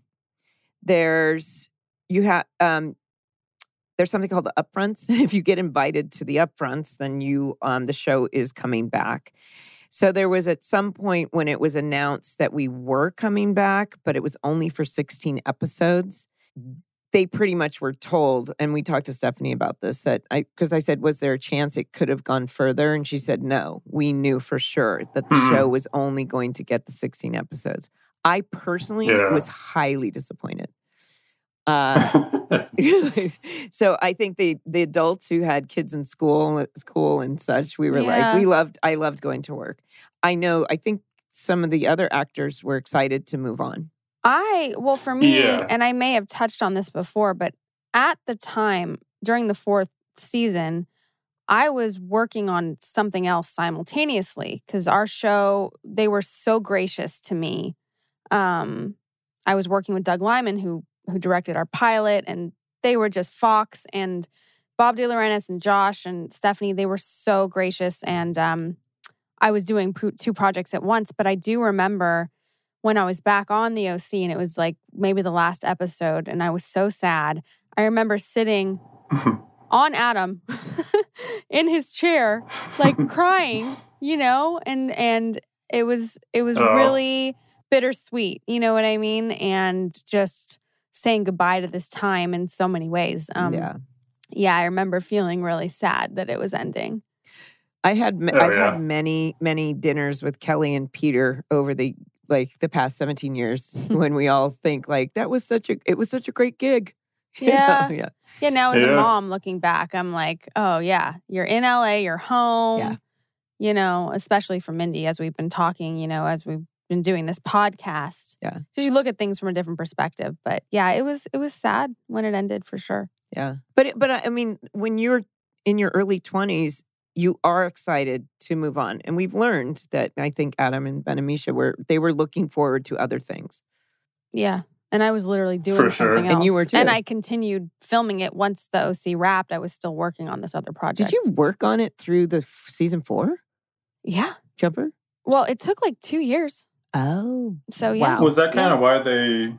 Speaker 2: there's you have um there's something called the upfronts. If you get invited to the upfronts, then you um, the show is coming back. So there was at some point when it was announced that we were coming back, but it was only for 16 episodes. They pretty much were told, and we talked to Stephanie about this that I because I said, was there a chance it could have gone further? And she said, no. We knew for sure that the
Speaker 3: Mhm.
Speaker 2: show was only going to get the 16 episodes. I personally
Speaker 3: Yeah.
Speaker 2: was highly disappointed. Uh, so I think the the adults who had kids in school it's cool and such, we were
Speaker 1: Yeah.
Speaker 2: like, we loved I loved going to work. I know I think some of the other actors were excited to move on.
Speaker 1: I, well, for me,
Speaker 3: Yeah.
Speaker 1: and I may have touched on this before, but at the time during the fourth season, I was working on something else simultaneously because our show, they were so gracious to me. Um, I was working with Doug Lyman, who who directed our pilot, and they were just Fox and Bob De Laurentiis and Josh and Stephanie. They were so gracious, and um, I was doing pro- two projects at once. But I do remember when I was back on the OC and it was like maybe the last episode and I was so sad. I remember sitting on Adam in his chair like crying, you know, and and it was it was
Speaker 3: Oh.
Speaker 1: really bittersweet, you know what I mean? And just saying goodbye to this time in so many ways. Um yeah,
Speaker 2: yeah.
Speaker 1: I remember feeling really sad that it was ending.
Speaker 2: I had ma-
Speaker 3: Oh,
Speaker 2: I've
Speaker 3: yeah.
Speaker 2: had many many dinners with Kelly and Peter over the like the past 17 years when we all think like that was such a it was such a great gig. You know,
Speaker 1: Yeah.
Speaker 2: yeah.
Speaker 1: Yeah, now as a
Speaker 3: Yeah.
Speaker 1: mom looking back, I'm like, oh yeah, you're in LA, you're home.
Speaker 2: Yeah.
Speaker 1: You know, especially for Mindy, as we've been talking, you know, as we've been doing this podcast.
Speaker 2: Yeah.
Speaker 1: Because you look at things from a different perspective. But yeah, it was it was sad when it ended for sure.
Speaker 2: Yeah. But it- but I I mean, when you're in your early 20s, you are excited to move on. And we've learned that I think Adam and Benamisha were they were looking forward to other things.
Speaker 1: Yeah. And I was literally doing
Speaker 3: For sure.
Speaker 1: something else.
Speaker 2: And you were
Speaker 1: And
Speaker 2: too.
Speaker 1: I continued filming it once the OC wrapped. I was still working on this other project.
Speaker 2: Did you work on it through the f- season 4
Speaker 1: Yeah.
Speaker 2: jumper?
Speaker 1: Well, it took like two years.
Speaker 2: Oh.
Speaker 1: So yeah.
Speaker 2: Wow.
Speaker 3: Was that
Speaker 1: Yeah.
Speaker 3: kind of why they,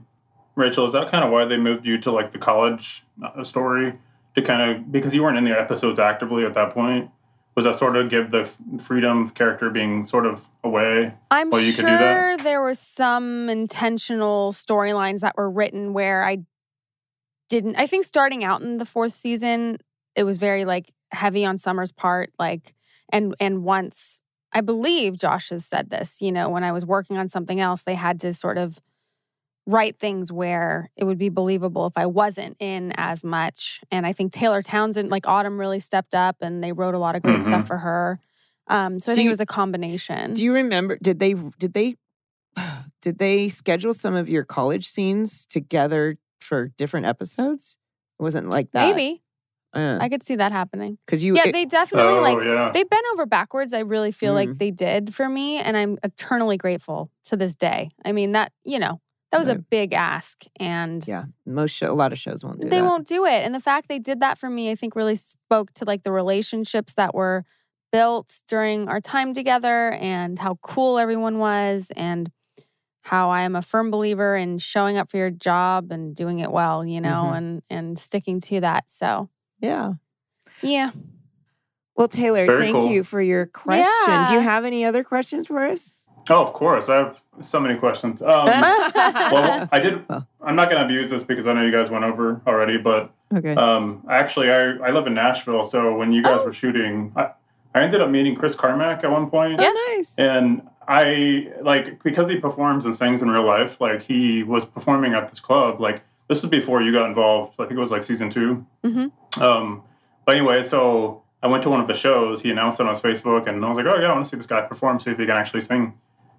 Speaker 3: Rachel? Is that kind of why they moved you to like the college uh, story to kind of because you weren't in the episodes actively at that point? Was that sort of give the f- freedom of character being sort of away?
Speaker 1: I'm
Speaker 3: Well, you could do that.
Speaker 1: sure there was some intentional storylines that were written where I didn't. I think starting out in the fourth season, it was very like heavy on Summer's part, like and and once I believe Josh has said this, you know, when I was working on something else, they had to sort of write things where it would be believable if I wasn't in as much. And I think Taylor Townsend, like Autumn, really stepped up and they wrote a lot of great
Speaker 3: Mm-hmm.
Speaker 1: stuff for her. Um, so I
Speaker 2: Do
Speaker 1: think
Speaker 2: you-
Speaker 1: it was a combination.
Speaker 2: Do you remember did they did they did they schedule some of your college scenes together for different episodes? It wasn't like that.
Speaker 1: Maybe I could see that happening.
Speaker 2: Because you,
Speaker 1: yeah,
Speaker 2: it-
Speaker 1: they definitely
Speaker 3: oh,
Speaker 1: like
Speaker 3: yeah.
Speaker 1: they bent over backwards. I really feel like
Speaker 2: Mm.
Speaker 1: they did for me, and I'm eternally grateful to this day. I mean that you know that was a
Speaker 2: Right.
Speaker 1: big ask, and
Speaker 2: yeah, most show, a lot of shows won't do
Speaker 1: they
Speaker 2: that.
Speaker 1: won't do it. And the fact they did that for me, I think, really spoke to like the relationships that were built during our time together, and how cool everyone was, and how I am a firm believer in showing up for your job and doing it well, you know,
Speaker 2: Mhm.
Speaker 1: and and sticking to that. So
Speaker 2: Yeah.
Speaker 1: yeah,
Speaker 2: Well, Taylor,
Speaker 3: Very
Speaker 2: thank
Speaker 3: cool.
Speaker 2: you for your question. Do you
Speaker 1: Yeah.
Speaker 2: have any other questions for us?
Speaker 3: Oh, of course. I have so many questions. Um, well, I did.
Speaker 2: Well.
Speaker 3: I'm not going to abuse this because I know you guys went over already, but
Speaker 2: okay.
Speaker 3: um, actually, I, I live in Nashville, so when you guys
Speaker 1: Oh.
Speaker 3: were shooting, I, I ended up meeting Chris Carmack at one point,
Speaker 2: Oh, nice.
Speaker 3: and I like because he performs and sings in real life. Like he was performing at this club. Like this was before you got involved. I think it was like season 2
Speaker 1: Mhm.
Speaker 3: Um, but anyway, so I went to one of the shows. He announced it on his Facebook, and I was like, "Oh yeah, I want to see this guy perform. See if he can actually sing."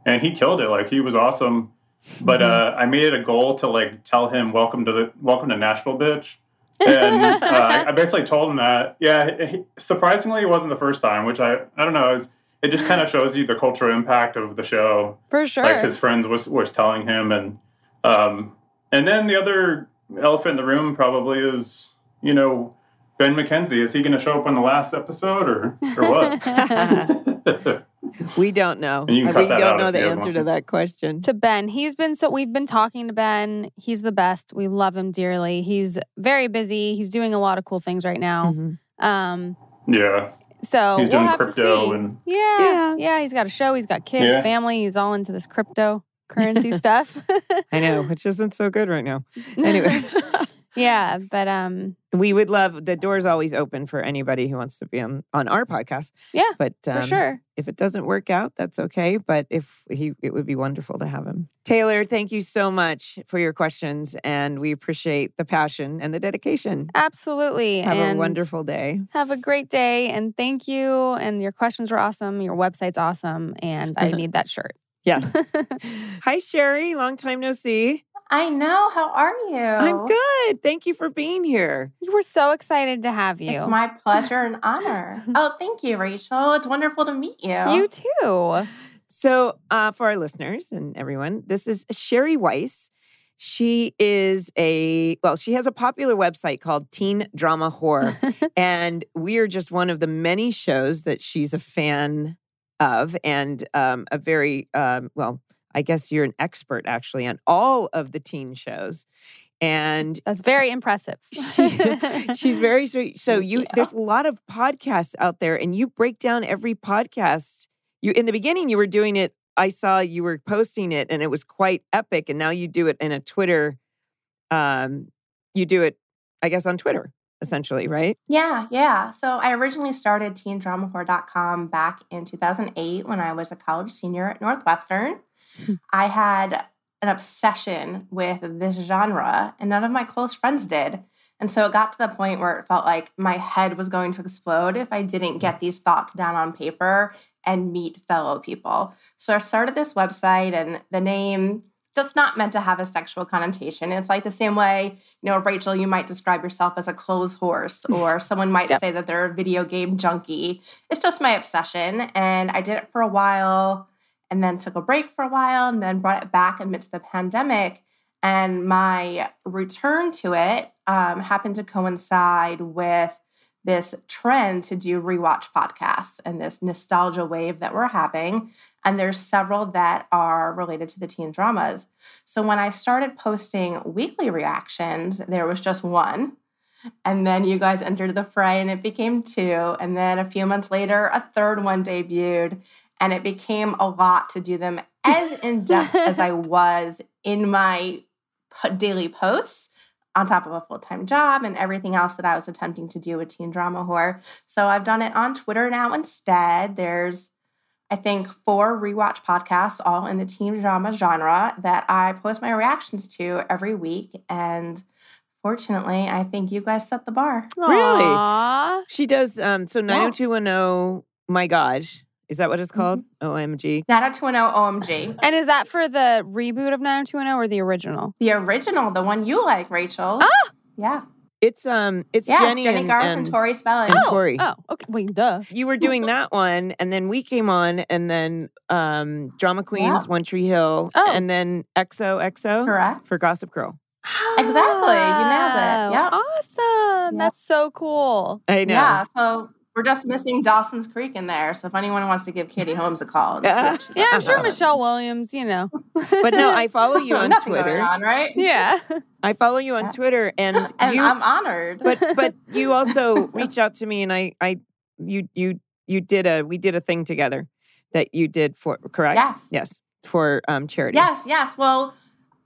Speaker 3: And he killed it. Like he was awesome. But
Speaker 1: Mm-hmm.
Speaker 3: uh, I made it a goal to like tell him, "Welcome to the welcome to Nashville, bitch." and uh, I basically told him that. Yeah, he, surprisingly, it wasn't the first time, which I I don't know. It, was, it just kind of shows you the cultural impact of the show.
Speaker 1: for sure.
Speaker 3: Like his friends was was telling him, and um, and then the other elephant in the room probably is you know Ben McKenzie. Is he going to show up on the last episode or or what?
Speaker 2: We don't know.
Speaker 3: And you can
Speaker 2: Uh,
Speaker 3: cut
Speaker 2: we
Speaker 3: that
Speaker 2: don't
Speaker 3: out
Speaker 2: know
Speaker 3: if
Speaker 2: the
Speaker 3: you guys
Speaker 2: answer
Speaker 3: want
Speaker 2: to
Speaker 3: to.
Speaker 2: that question.
Speaker 1: to Ben. He's been so we've been talking to Ben. He's the best. We love him dearly. He's very busy. He's doing a lot of cool things right now.
Speaker 2: Mhm.
Speaker 1: Um,
Speaker 3: yeah,
Speaker 1: so
Speaker 3: he's
Speaker 1: Oh, we'll
Speaker 3: doing
Speaker 1: have to
Speaker 3: crypto
Speaker 1: see.
Speaker 3: and
Speaker 1: yeah,
Speaker 2: Yeah.
Speaker 1: yeah, He's got a show. He's got kids,
Speaker 3: Yeah.
Speaker 1: family. He's all into this cryptocurrency stuff.
Speaker 2: I know, which isn't so good right now. Anyway,
Speaker 1: yeah, but um,
Speaker 2: we would love the door's always open for anybody who wants to be on on our podcast.
Speaker 1: Yeah,
Speaker 2: but
Speaker 1: for
Speaker 2: um,
Speaker 1: sure.
Speaker 2: if it doesn't work out, that's okay. But if he, it would be wonderful to have him. Taylor, thank you so much for your questions, and we appreciate the passion and the dedication.
Speaker 1: Absolutely.
Speaker 2: Have
Speaker 1: and
Speaker 2: a wonderful day.
Speaker 1: Have a great day, and thank you. And your questions were awesome. Your website's awesome, and I need that shirt.
Speaker 2: Yes. Hi, Sherry. Long time no see.
Speaker 4: I know. How are you?
Speaker 2: I'm good. Thank you for being here.
Speaker 1: We're so excited to have you.
Speaker 4: It's my pleasure and honor. Oh, thank you, Rachel. It's wonderful to meet you.
Speaker 1: you too.
Speaker 2: So, uh, for our listeners and everyone, this is Sherry Weiss. She is a, well, she has a popular website called Teen Drama Horror. and we are just one of the many shows that she's a fan of and um, a very, um, well, I guess you're an expert actually on all of the teen shows. And
Speaker 1: That's very impressive.
Speaker 2: she, she's very sweet. So
Speaker 4: Thank
Speaker 2: you,
Speaker 4: you.
Speaker 2: there's a lot of podcasts out there, and you break down every podcast. You in the beginning, you were doing it. I saw you were posting it, and it was quite epic. And now you do it in a Twitter. Um, you do it, I guess, on Twitter essentially, right?
Speaker 4: Yeah, yeah. So I originally started teendramahore.com back in 2008 when I was a college senior at Northwestern.
Speaker 1: Hmm.
Speaker 4: I had an obsession with this genre, and none of my close friends did. And so it got to the point where it felt like my head was going to explode if I didn't get these thoughts down on paper and meet fellow people. So I started this website, and the name just not meant to have a sexual connotation. It's like the same way you know, Rachel, you might describe yourself as a clothes horse, or someone might
Speaker 1: Yep.
Speaker 4: say that they're a video game junkie. It's just my obsession. And I did it for a while and then took a break for a while and then brought it back amidst the pandemic. And my return to it um, happened to coincide with this trend to do rewatch podcasts and this nostalgia wave that we're having. And there's several that are related to the teen dramas. So when I started posting weekly reactions, there was just one. And then you guys entered the fray and it became two. And then a few months later, a third one debuted. And it became a lot to do them as in depth as I was in my po- daily posts, on top of a full time job and everything else that I was attempting to do with Teen Drama Horror. So I've done it on Twitter now instead. There's I think four rewatch podcasts, all in the teen drama genre, that I post my reactions to every week. And fortunately, I think you guys set the bar.
Speaker 2: Really?
Speaker 1: Aw.
Speaker 2: oh She does. Um, so 90210, my gosh, Is that what it's called?
Speaker 4: Mm-hmm.
Speaker 2: OMG.
Speaker 4: 90210 OMG.
Speaker 1: And is that for the reboot of 90210 or the original?
Speaker 4: The original, the one you like, Rachel.
Speaker 1: Ah!
Speaker 4: Yeah.
Speaker 2: It's um it's
Speaker 4: yeah,
Speaker 2: Jenny,
Speaker 4: Jenny
Speaker 2: and,
Speaker 4: Garth
Speaker 2: and
Speaker 4: and, Tori Spelling.
Speaker 2: and Tori.
Speaker 1: Oh, okay. Well, duh.
Speaker 2: You were doing that one and then we came on and then um Drama Queens, One Tree Hill,
Speaker 1: Oh.
Speaker 2: and then XOXO
Speaker 4: Correct.
Speaker 2: for Gossip Girl.
Speaker 4: Exactly. You nailed it. Yep.
Speaker 1: Oh, Awesome.
Speaker 4: Yep.
Speaker 1: That's so cool.
Speaker 2: I know.
Speaker 4: Yeah. So we're just missing Dawson's Creek in there. So if anyone wants to give Katie Holmes a call, and see what she's
Speaker 1: Yeah, I'm
Speaker 4: up
Speaker 1: sure
Speaker 4: to.
Speaker 1: Michelle Williams, you know.
Speaker 2: But no, I follow you on
Speaker 4: Nothing going
Speaker 2: Twitter.
Speaker 4: on, right?
Speaker 1: Yeah.
Speaker 2: I follow you on Twitter and,
Speaker 4: And
Speaker 2: you
Speaker 4: I'm honored.
Speaker 2: but but you also reached out to me and I I you you you did a we did a thing together that you did for correct?
Speaker 4: Yes.
Speaker 2: Yes. For um charity.
Speaker 4: Yes, yes. Well,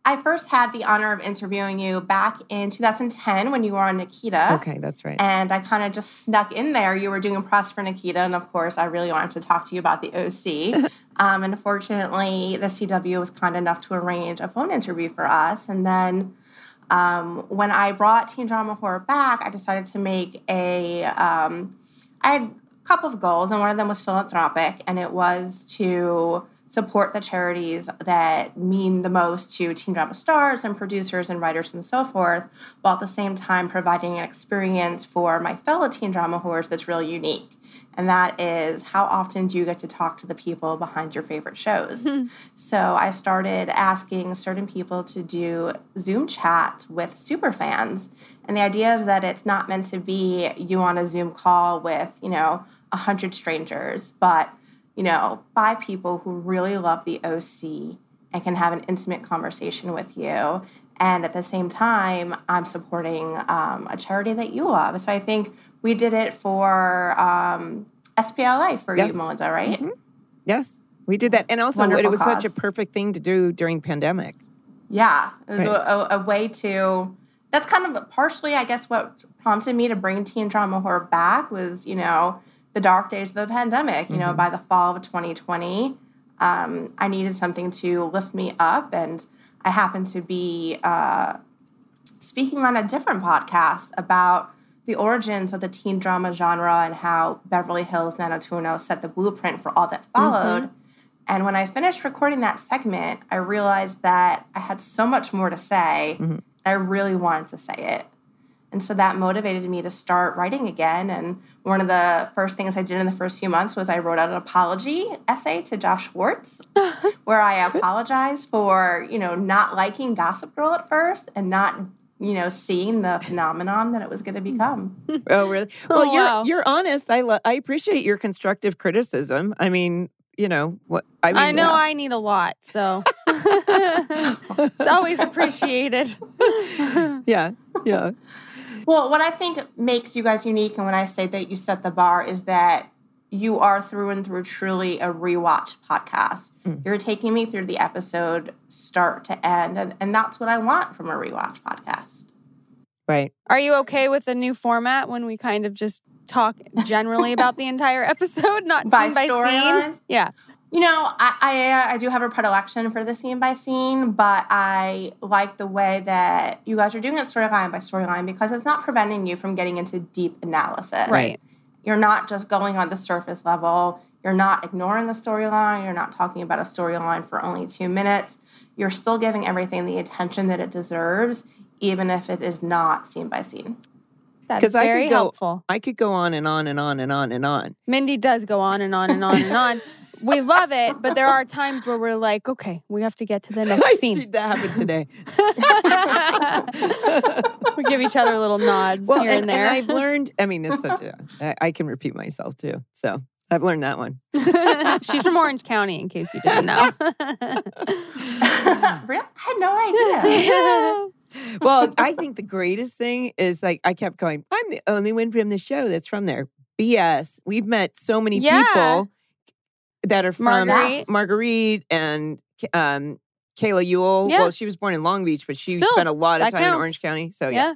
Speaker 4: I first had the honor of interviewing you back in 2010 when you were on Nikita.
Speaker 2: Okay, that's right.
Speaker 4: And I kind of just snuck in there. You were doing press for Nikita. And of course, I really wanted to talk to you about the OC. um, and fortunately, the CW was kind enough to arrange a phone interview for us. And then um, when I brought Teen Drama Horror back, I decided to make a. Um, I had a couple of goals, and one of them was philanthropic, and it was to support the charities that mean the most to teen drama stars and producers and writers and so forth, while at the same time providing an experience for my fellow teen drama whores that's really unique. And that is how often do you get to talk to the people behind your favorite shows? So I started asking certain people to do Zoom chats with super fans. And the idea is that it's not meant to be you on a Zoom call with, you know, a hundred strangers, but you know, five people who really love the OC and can have an intimate conversation with you. And at the same time, I'm supporting um, a charity that you love. So I think we did it for um, SPLA for
Speaker 2: Yes.
Speaker 4: you, Melinda, right?
Speaker 2: Mhm. Yes, we did that, and also it
Speaker 4: Wonderful
Speaker 2: was such a
Speaker 4: cause.
Speaker 2: perfect thing to do during pandemic.
Speaker 4: Yeah, it was
Speaker 2: Right.
Speaker 4: a, a, a way to. That's kind of partially, I guess, what prompted me to bring teen drama horror back was, you know, the dark days of the pandemic. You know, by the fall of 2020, um, I needed something to lift me up, and I happened to be uh, speaking on a different podcast about the origins of the teen drama genre and how Beverly Hills 90210 set the blueprint for all that followed. And when I finished recording that segment, I realized that I had so much more to say.
Speaker 2: Mhm.
Speaker 4: and I really wanted to say it. And so that motivated me to start writing again. And one of the first things I did in the first few months was I wrote out an apology essay to Josh Schwartz, where I apologized for, you know, not liking Gossip Girl at first and not, you know, seeing the phenomenon that it was going to become.
Speaker 2: Oh, really?
Speaker 1: Oh,
Speaker 2: Well, you're
Speaker 1: wow.
Speaker 2: you're honest. I lo- I appreciate your constructive criticism. I mean, you know what? I mean,
Speaker 1: I know I need a lot, so it's always appreciated.
Speaker 2: yeah, yeah.
Speaker 4: Well, what I think makes you guys unique, and when I say that you set the bar, is that you are through and through truly a rewatch podcast.
Speaker 2: Mm.
Speaker 4: You're taking me through the episode start to end, and, and that's what I want from a rewatch podcast.
Speaker 2: Right.
Speaker 1: Are you okay with the new format when we kind of just talk generally about the entire episode, not
Speaker 4: By
Speaker 1: scene by scene?
Speaker 4: storylines?
Speaker 1: Yeah.
Speaker 4: You know, I I, uh, I do have a predilection for the scene by scene, but I like the way that you guys are doing it storyline by storyline because it's not preventing you from getting into deep analysis.
Speaker 1: Right.
Speaker 4: You're not just going on the surface level. You're not ignoring a storyline. You're not talking about a storyline for only two minutes. You're still giving everything the attention that it deserves, even if it is not scene by scene.
Speaker 1: That's
Speaker 2: 'Cause I could
Speaker 1: very
Speaker 2: go-
Speaker 1: helpful.
Speaker 2: I could go on and on and on and on and on.
Speaker 1: Mindy does go on and on and on and on. We love it, but there are times where we're like, okay, we have to get to the
Speaker 2: I
Speaker 1: next
Speaker 2: see
Speaker 1: scene.
Speaker 2: that happen today.
Speaker 1: we give each other little nods
Speaker 2: well,
Speaker 1: here
Speaker 2: and,
Speaker 1: and, there.
Speaker 2: and I've learned. I mean, it's such a. I, I can repeat myself too. So I've learned that one.
Speaker 1: She's from Orange County, in case you didn't know.
Speaker 4: Really? I had no idea.
Speaker 2: well, I think the greatest thing is like I kept going, I'm the only one from the show that's from there. BS. We've met so many
Speaker 1: Yeah.
Speaker 2: people that are from
Speaker 1: Marguerite.
Speaker 2: Marguerite and um, Kayla Yule.
Speaker 1: Yeah.
Speaker 2: Well, she was born in Long Beach, but she
Speaker 1: Still,
Speaker 2: spent a lot of
Speaker 1: that
Speaker 2: time in
Speaker 1: counts.
Speaker 2: Orange County. So, yeah.
Speaker 1: Yeah.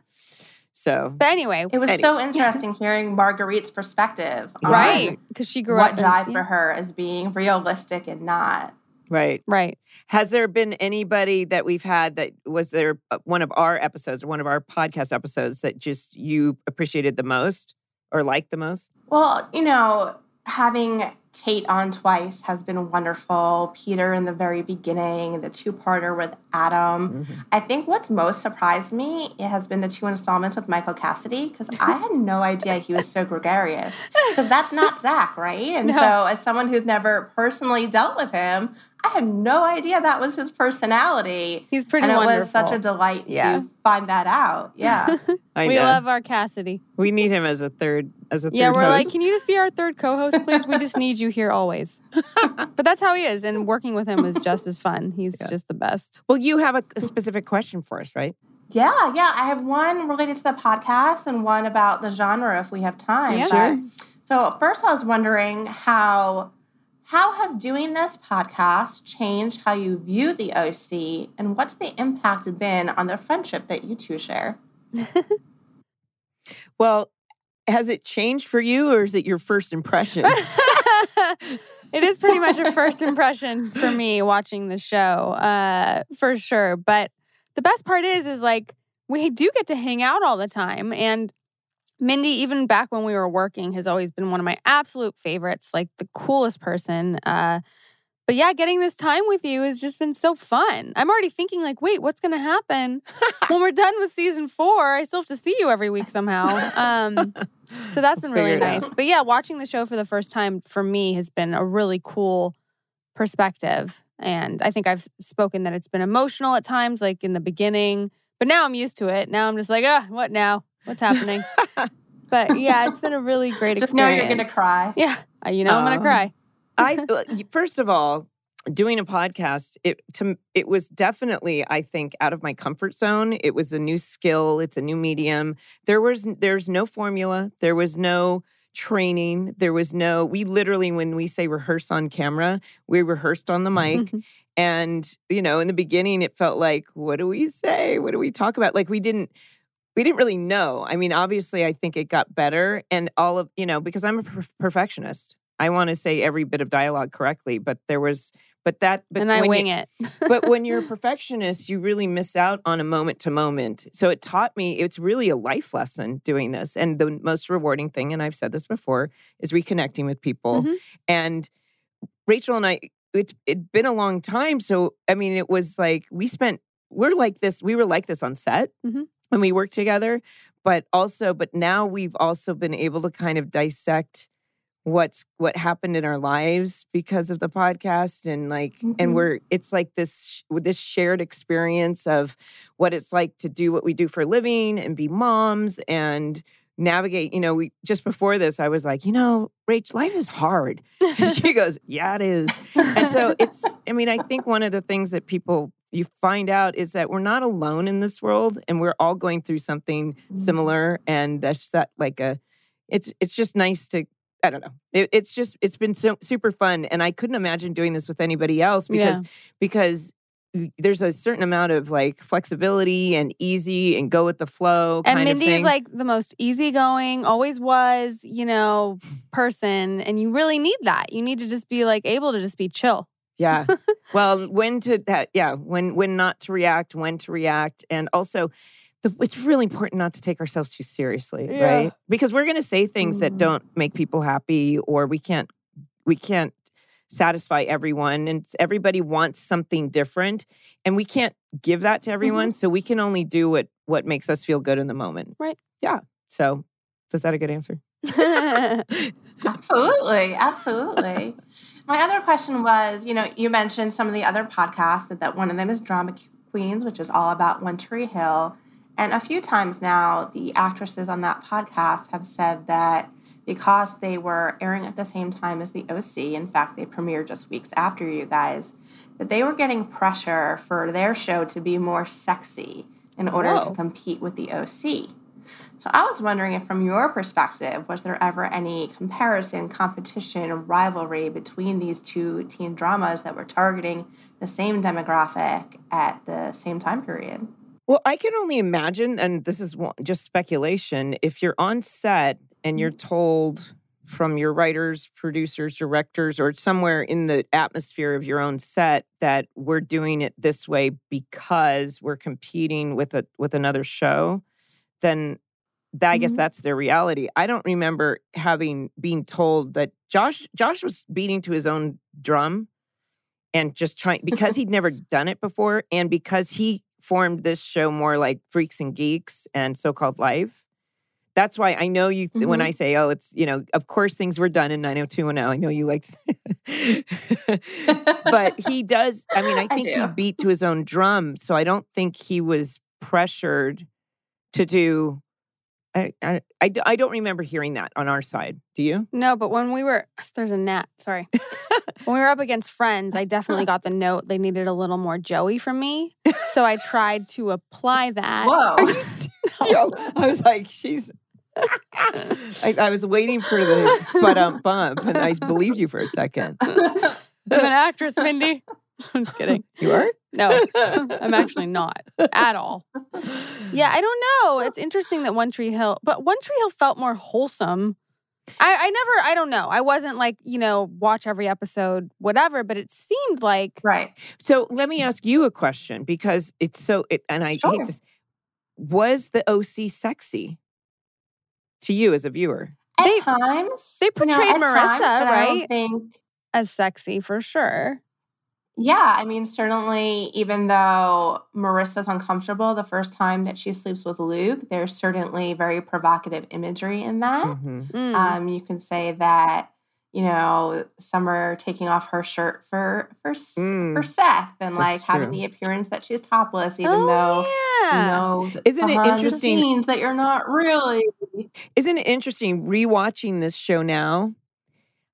Speaker 2: So,
Speaker 1: But anyway,
Speaker 4: It was
Speaker 2: Anyway.
Speaker 4: so interesting hearing Marguerite's perspective. on
Speaker 1: right? Because she grew
Speaker 4: what
Speaker 1: up. in-
Speaker 4: died
Speaker 1: yeah.
Speaker 4: for her as being realistic and not.
Speaker 2: right.
Speaker 1: Right.
Speaker 2: Has there been anybody that we've had that was there uh, one of our episodes or one of our podcast episodes that just you appreciated the most or liked the most?
Speaker 4: Well, you know, having Tate on twice has been wonderful. Peter in the very beginning, the two parter with Adam.
Speaker 2: Mhm.
Speaker 4: I think what's most surprised me it has been the two installments with Michael Cassidy because I had no idea he was so gregarious because that's not Zach, right? And
Speaker 1: No.
Speaker 4: so, as someone who's never personally dealt with him, I had no idea that was his personality.
Speaker 1: He's pretty
Speaker 4: and it
Speaker 1: wonderful.
Speaker 4: was such a delight
Speaker 1: Yeah.
Speaker 4: to find that out. Yeah.
Speaker 2: I
Speaker 1: we
Speaker 2: know.
Speaker 1: love our Cassidy.
Speaker 2: we need him as a third as a
Speaker 1: Yeah,
Speaker 2: third
Speaker 1: we're
Speaker 2: host.
Speaker 1: like, can you just be our third co-host, please? We just need you here always. but that's how he is, and working with him is just as fun. He's
Speaker 2: Yeah.
Speaker 1: just the best.
Speaker 2: Well, you have a, a specific question for us, right?
Speaker 4: yeah. Yeah. I have one related to the podcast and one about the genre if we have time.
Speaker 1: Yeah.
Speaker 4: but- So first, I was wondering how how has doing this podcast changed how you view the OC, and what's the impact been on the friendship that you two share?
Speaker 2: Well, has it changed for you, or is it your first impression?
Speaker 1: it is pretty much a first impression for me watching the show, uh, for sure. But the best part is, is like we do get to hang out all the time, and Mindy, even back when we were working, has always been one of my absolute favorites. Like the coolest person. Uh, but yeah, getting this time with you has just been so fun. I'm already thinking like, wait, what's gonna happen when we're done with season four? I still have to see you every week somehow. Um, so that's been
Speaker 2: We'll
Speaker 1: really
Speaker 2: figure it out.
Speaker 1: nice. But yeah, watching the show for the first time for me has been a really cool perspective. And I think I've spoken that it's been emotional at times, like in the beginning. But now I'm used to it. Now I'm just like, ah, what now? What's happening? but yeah, it's been a really great experience.
Speaker 4: Just know you're gonna cry.
Speaker 1: Yeah, Uh, you know I'm gonna
Speaker 2: Um,
Speaker 1: cry.
Speaker 2: I well, y- first of all, doing a podcast, it to, m- it was definitely, I think, out of my comfort zone. It was a new skill. It's a new medium. There was n- there's no formula. There was no training. There was no. We literally, when we say rehearse on camera, we rehearsed on the mic. And you know, in the beginning, it felt like, what do we say? What do we talk about? Like we didn't, we didn't really know. I mean, obviously, I think it got better, and all of you know, because I'm a perf- perfectionist. I want to say every bit of dialogue correctly, but there was, but that, but
Speaker 1: and I
Speaker 2: when you-
Speaker 1: wing it.
Speaker 2: but when you're a perfectionist, you really miss out on a moment to moment. So it taught me it's really a life lesson doing this. And the most rewarding thing, and I've said this before, is reconnecting with people.
Speaker 1: Mhm.
Speaker 2: And Rachel and I, it it'd been a long time. So I mean, it was like we spent we're like this. We were like this on set
Speaker 1: Mhm.
Speaker 2: when we worked together, but also, but now we've also been able to kind of dissect what's what happened in our lives because of the podcast and like
Speaker 4: Mhm.
Speaker 2: and we're it's like this sh- with this shared experience of what it's like to do what we do for a living and be moms and navigate you know we just before this i was like you know rach life is hard and she goes yeah it is and so it's i mean i think one of the things that people you find out is that we're not alone in this world and we're all going through something
Speaker 1: Mm-hmm.
Speaker 4: Mhm.
Speaker 2: similar and that's that like a it's it's just nice to i don't know it, it's just it's been so super fun and i couldn't imagine doing this with anybody else because because y- there's a certain amount of like flexibility and easy and go with the flow
Speaker 1: And
Speaker 2: kind
Speaker 1: Mindy
Speaker 2: of
Speaker 1: is
Speaker 2: thing.
Speaker 1: like the most easygoing, always was, you know, person. And you really need that. You need to just be like able to just be chill.
Speaker 2: Yeah. well, when to that? Yeah. When when not to react, when to react, and also, the, it's really important not to take ourselves too seriously,
Speaker 1: Yeah. Mm-hmm.
Speaker 2: right? Because we're going to say things that
Speaker 4: Mhm.
Speaker 2: don't make people happy, or we can't we can't satisfy everyone, and s- everybody wants something different, and we can't give that
Speaker 1: Mm-hmm.
Speaker 2: to everyone. So we can only do what what makes us feel good in the moment,
Speaker 1: Right.
Speaker 2: Yeah. So, is that a good answer?
Speaker 4: Absolutely, absolutely. My other question was, you know, you mentioned some of the other podcasts that, that one of them is Drama Queens, which is all about One Tree Hill. And a few times now, the actresses on that podcast have said that because they were airing at the same time as the OC, in fact, they premiered just weeks after you guys, that they were getting pressure for their show to be more sexy in order to
Speaker 2: Whoa.
Speaker 4: compete with the OC. So I was wondering if, from your perspective, was there ever any comparison, competition, or rivalry between these two teen dramas that were targeting the same demographic at the same time period?
Speaker 2: Well, I can only imagine, and this is wa- just speculation. If you're on set and you're told from your writers, producers, directors, or somewhere in the atmosphere of your own set that we're doing it this way because we're competing with a with another show, then that, I guess
Speaker 1: Mhm.
Speaker 2: that's their reality. I don't remember having being told that Josh Josh was beating to his own drum and just trying because he'd never done it before and because he formed this show more like freaks and geeks and so-called life. That's why I know you th- when
Speaker 1: Mhm.
Speaker 2: I say oh it's you know of course things were done in 90210. I know you like to- but he does. I mean, I
Speaker 4: I
Speaker 2: think he
Speaker 4: do.
Speaker 2: beat to his own drum, so I don't think he was pressured to do. I, I, I d- I don't remember hearing that on our side. Do you?
Speaker 1: No, but when we were there's a gnat. Sorry, when we were up against friends, I definitely got the note they needed a little more Joey from me, so I tried to apply that.
Speaker 4: Whoa.
Speaker 2: Yo, I was like, she's. I, I was waiting for the but um bump, and I believed you for a second.
Speaker 1: I'm an actress, Mindy. I'm just kidding.
Speaker 2: You are?
Speaker 1: No, I'm actually not at all. Yeah, I don't know. It's interesting that One Tree Hill, but One Tree Hill felt more wholesome. I, I never, I don't know. I wasn't like, you know, watch every episode, whatever, but it seemed like
Speaker 4: right.
Speaker 2: So let me ask you a question because it's so. It, and I hate
Speaker 4: Sure.
Speaker 2: this. Was the OC sexy to you as a viewer?
Speaker 4: At
Speaker 1: They-
Speaker 4: times.
Speaker 1: they
Speaker 4: you know,
Speaker 1: portrayed
Speaker 4: at times,
Speaker 1: Marissa,
Speaker 4: but I don't
Speaker 1: right?
Speaker 4: think
Speaker 1: as sexy for sure.
Speaker 4: Yeah, I mean, certainly, even though Marissa's uncomfortable the first time that she sleeps with Luke, there's certainly very provocative imagery in that.
Speaker 2: Mm-hmm.
Speaker 1: Mm.
Speaker 4: Um, you can say that, you know, Summer taking off her shirt for for S- for
Speaker 2: Mm,
Speaker 4: Seth and
Speaker 2: that's
Speaker 4: like having
Speaker 2: true.
Speaker 4: the appearance that she's topless, even though
Speaker 1: oh, yeah.
Speaker 4: you know
Speaker 2: Isn't it
Speaker 4: behind the
Speaker 2: interesting-
Speaker 4: scenes that you're not really
Speaker 2: Isn't it interesting rewatching this show now?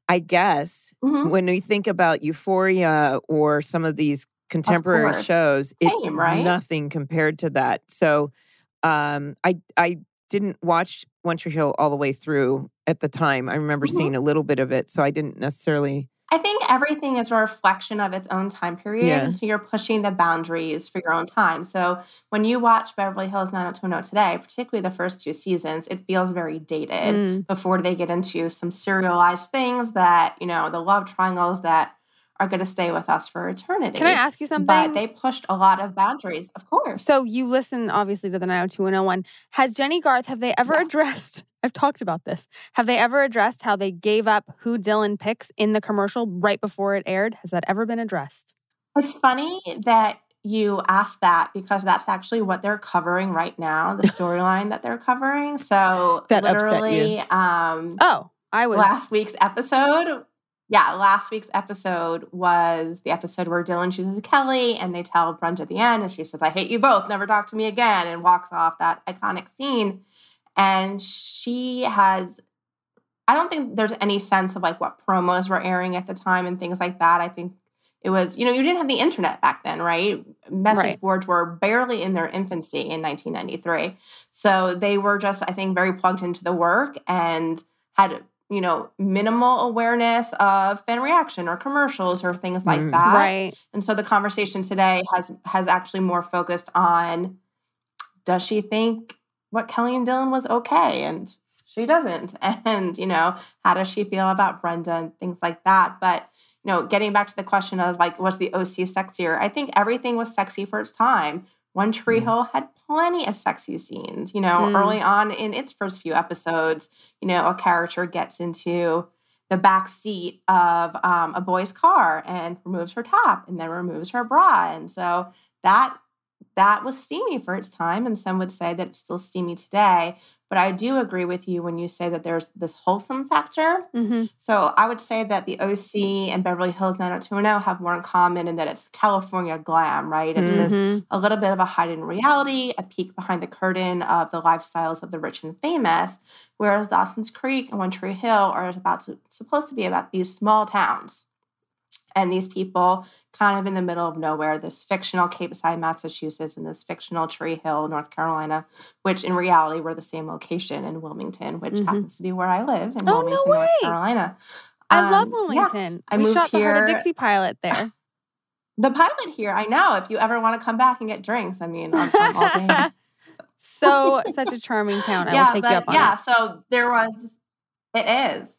Speaker 2: I guess
Speaker 4: Mhm.
Speaker 2: when we think about Euphoria or some of these contemporary
Speaker 4: course.
Speaker 2: shows, it's
Speaker 4: Same, right?
Speaker 2: nothing compared to that. So um, I I didn't watch One Tree Hill all the way through at the time. I remember
Speaker 4: Mhm.
Speaker 2: seeing a little bit of it, so I didn't necessarily.
Speaker 4: I think everything is a reflection of its own time period.
Speaker 2: Yeah.
Speaker 4: So you're pushing the boundaries for your own time. So when you watch Beverly Hills 90210 today, particularly the first two seasons, it feels very dated
Speaker 1: Mm.
Speaker 4: before they get into some serialized things that, you know, the love triangles that are going to stay with us for eternity.
Speaker 1: Can I ask you something?
Speaker 4: But they pushed a lot of boundaries, of course.
Speaker 1: So you listen obviously to the 90210. Has Jenny Garth, have they ever
Speaker 4: Yeah.
Speaker 1: addressed? I've talked about this. Have they ever addressed how they gave up who Dylan picks in the commercial right before it aired? Has that ever been addressed?
Speaker 4: It's funny that you asked that because that's actually what they're covering right now, the storyline that they're covering. So
Speaker 2: That upset you.
Speaker 4: literally, um,
Speaker 1: Oh, I was
Speaker 4: last week's episode. Yeah, last week's episode was the episode where Dylan chooses Kelly and they tell Brunch at the end and she says, I hate you both, never talk to me again, and walks off that iconic scene. And she has, I don't think there's any sense of like what promos were airing at the time and things like that. I think it was, you know, you didn't have the internet back then, right? Message
Speaker 1: Right.
Speaker 4: boards were barely in their infancy in 1993. So they were just, I think, very plugged into the work and had you know minimal awareness of fan reaction or commercials or things like
Speaker 2: Mm.
Speaker 4: that
Speaker 1: right.
Speaker 4: and so the conversation today has has actually more focused on does she think what kelly and dylan was okay and she doesn't and you know how does she feel about brenda and things like that but you know getting back to the question of like was the oc sexier i think everything was sexy for its time one tree
Speaker 2: Mm.
Speaker 4: hill had plenty of sexy scenes you know
Speaker 1: Mm.
Speaker 4: early on in its first few episodes you know a character gets into the back seat of um, a boy's car and removes her top and then removes her bra and so that that was steamy for its time and some would say that it's still steamy today but i do agree with you when you say that there's this wholesome factor
Speaker 1: Mm-hmm.
Speaker 4: so i would say that the oc and beverly hills 90210 have more in common in that it's california glam right
Speaker 1: Mm-hmm.
Speaker 4: it's this a little bit of a hidden reality, a peek behind the curtain of the lifestyles of the rich and famous, whereas Dawson's Creek and One Tree Hill are about to, supposed to be about these small towns and these people kind of in the middle of nowhere, this fictional Cape Side, Massachusetts, and this fictional Tree Hill, North Carolina, which in reality were the same location in Wilmington, which
Speaker 1: Mhm.
Speaker 4: happens to be where I live in
Speaker 1: Oh, no
Speaker 4: Wilmington,
Speaker 1: way.
Speaker 4: North Carolina.
Speaker 1: I love
Speaker 4: Um, yeah.
Speaker 1: Wilmington.
Speaker 4: I
Speaker 1: we
Speaker 4: moved
Speaker 1: shot the Heart of
Speaker 4: here-
Speaker 1: Dixie pilot there.
Speaker 4: The pilot here, I know. If you ever want to come back and get drinks, I mean, I'm, I'm all game.
Speaker 1: so such a charming town. I will take you up on
Speaker 4: yeah,
Speaker 1: it.
Speaker 4: so there was it is.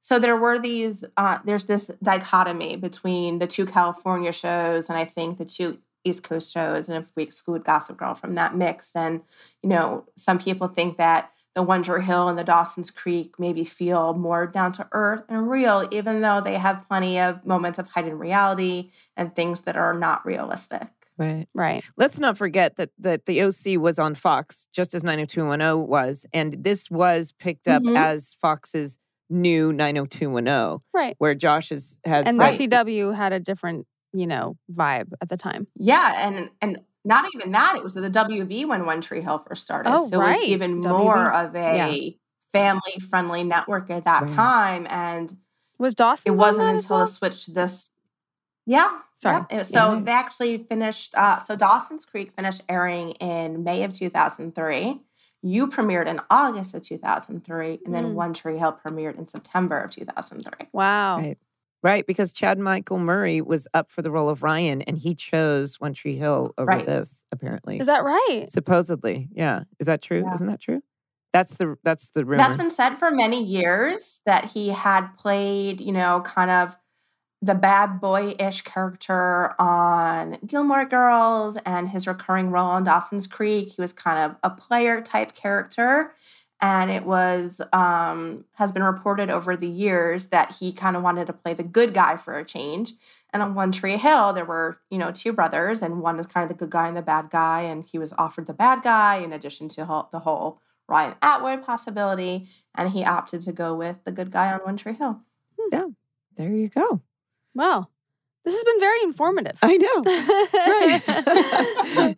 Speaker 4: So there were these uh there's this dichotomy between the two California shows and I think the two East Coast shows and if we exclude Gossip Girl from that mix then you know some people think that the Wonder Hill and the Dawson's Creek maybe feel more down to earth and real, even though they have plenty of moments of heightened reality and things that are not realistic.
Speaker 2: Right.
Speaker 1: Right.
Speaker 2: Let's not forget that that the OC was on Fox just as 90210 was, and this was picked up
Speaker 4: Mhm.
Speaker 2: as Fox's new 90210,
Speaker 1: Right.
Speaker 2: where Josh is, has
Speaker 1: And the
Speaker 4: Right.
Speaker 1: CW had a different, you know, vibe at the time.
Speaker 4: Yeah, and and not even that. It was the WB when One Tree Hill first started.
Speaker 1: Oh,
Speaker 4: so it
Speaker 1: right,
Speaker 4: was even
Speaker 1: WB.
Speaker 4: more of
Speaker 1: Yeah.
Speaker 4: a family friendly network at that
Speaker 2: Right.
Speaker 4: time. And
Speaker 1: Was Dawson?
Speaker 4: it wasn't until the switch to this. Yeah.
Speaker 1: Sorry.
Speaker 4: yeah. It- So
Speaker 2: Yeah.
Speaker 4: they actually finished uh, so Dawson's Creek finished airing in May of 2003. You premiered in August of 2003, and then
Speaker 1: Mm.
Speaker 4: One Tree Hill premiered in September of 2003.
Speaker 1: Wow.
Speaker 2: Right. Right, because Chad Michael Murray was up for the role of Ryan, and he chose One Tree Hill over
Speaker 4: Right.
Speaker 2: this. Apparently,
Speaker 1: Is that right?
Speaker 2: supposedly, yeah. Is that true?
Speaker 4: Yeah.
Speaker 2: Isn't that true? That's the that's the rumor.
Speaker 4: That's been said for many years that he had played, you know, kind of the bad boy ish character on Gilmore Girls and his recurring role on Dawson's Creek. He was kind of a player type character. And it was, um, has been reported over the years that he kind of wanted to play the good guy for a change. And on One Tree Hill, there were, you know, two brothers, and one is kind of the good guy and the bad guy. And he was offered the bad guy in addition to ho- the whole Ryan Atwood possibility, and he opted to go with the good guy on One Tree Hill.
Speaker 2: there you go.
Speaker 1: Wow. This has been very informative.
Speaker 4: Oh,
Speaker 2: I know. Right.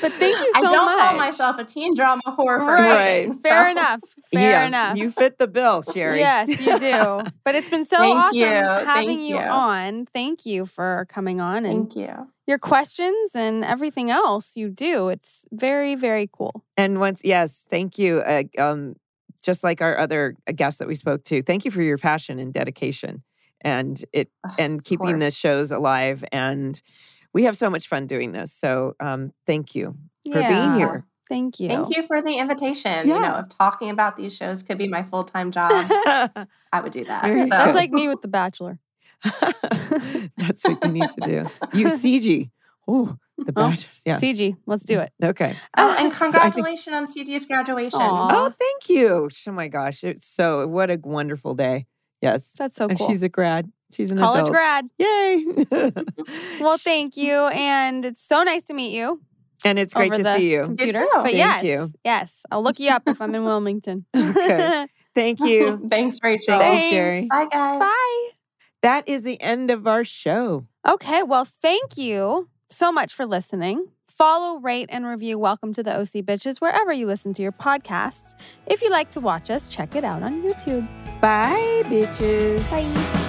Speaker 1: But thank you
Speaker 4: I
Speaker 1: so
Speaker 4: don't call
Speaker 1: much.
Speaker 4: myself a teen drama whore for
Speaker 1: Right.
Speaker 4: nothing,
Speaker 1: Fair
Speaker 4: so
Speaker 1: enough. Fair
Speaker 2: yeah,
Speaker 1: enough.
Speaker 2: You fit the bill, Sherry.
Speaker 1: Yes, you do. But it's been so
Speaker 4: Thank
Speaker 1: awesome
Speaker 4: you,
Speaker 1: having
Speaker 4: thank
Speaker 1: you,
Speaker 4: you.
Speaker 1: on. Thank you for coming on and
Speaker 4: Thank you.
Speaker 1: your questions and everything else you do. It's very, very cool.
Speaker 2: And once, yes, thank you. Uh, um, just like our other uh, guests that we spoke to, thank you for your passion and dedication, and it
Speaker 4: Of
Speaker 2: and keeping the
Speaker 4: course.
Speaker 2: shows alive. And we have so much fun doing this. So um, thank you for
Speaker 1: Yeah.
Speaker 2: being here.
Speaker 1: Thank you.
Speaker 4: Thank you for the invitation. You
Speaker 2: Yeah.
Speaker 4: know, if talking about these shows could be my full time job, I would do that.
Speaker 2: There you
Speaker 4: So.
Speaker 2: go.
Speaker 1: That's like me with The Bachelor.
Speaker 2: That's what you need to do. You CG. Oh, the Badgers. Yeah.
Speaker 1: CG, let's do it.
Speaker 2: Okay.
Speaker 4: Oh, and
Speaker 2: So I think-
Speaker 4: congratulations on CD's graduation.
Speaker 1: Aw.
Speaker 2: Oh, thank you. Oh my gosh. It's so what a wonderful day. Yes.
Speaker 1: That's so
Speaker 4: Oh,
Speaker 2: and
Speaker 1: cool.
Speaker 2: she's a grad. She's an
Speaker 1: College
Speaker 2: adult.
Speaker 1: grad.
Speaker 2: Yay.
Speaker 1: Well, thank you. And it's so nice to meet you.
Speaker 2: And it's great
Speaker 1: over
Speaker 2: to
Speaker 1: the
Speaker 2: see you.
Speaker 1: Computer.
Speaker 4: too.
Speaker 1: But
Speaker 2: Thank
Speaker 1: yes,
Speaker 2: you.
Speaker 1: yes. I'll look you up if I'm in Wilmington.
Speaker 2: Okay. Thank you.
Speaker 4: Thanks, Rachel.
Speaker 2: Thank
Speaker 1: Thanks.
Speaker 2: you, Sherry.
Speaker 4: Bye, guys.
Speaker 1: Bye.
Speaker 2: That is the end of our show.
Speaker 1: Okay. Well, thank you so much for listening. Follow, rate, and review Welcome to the OC Bitches wherever you listen to your podcasts. If you like to watch us, check it out on YouTube.
Speaker 2: Bye, bitches.
Speaker 1: Bye.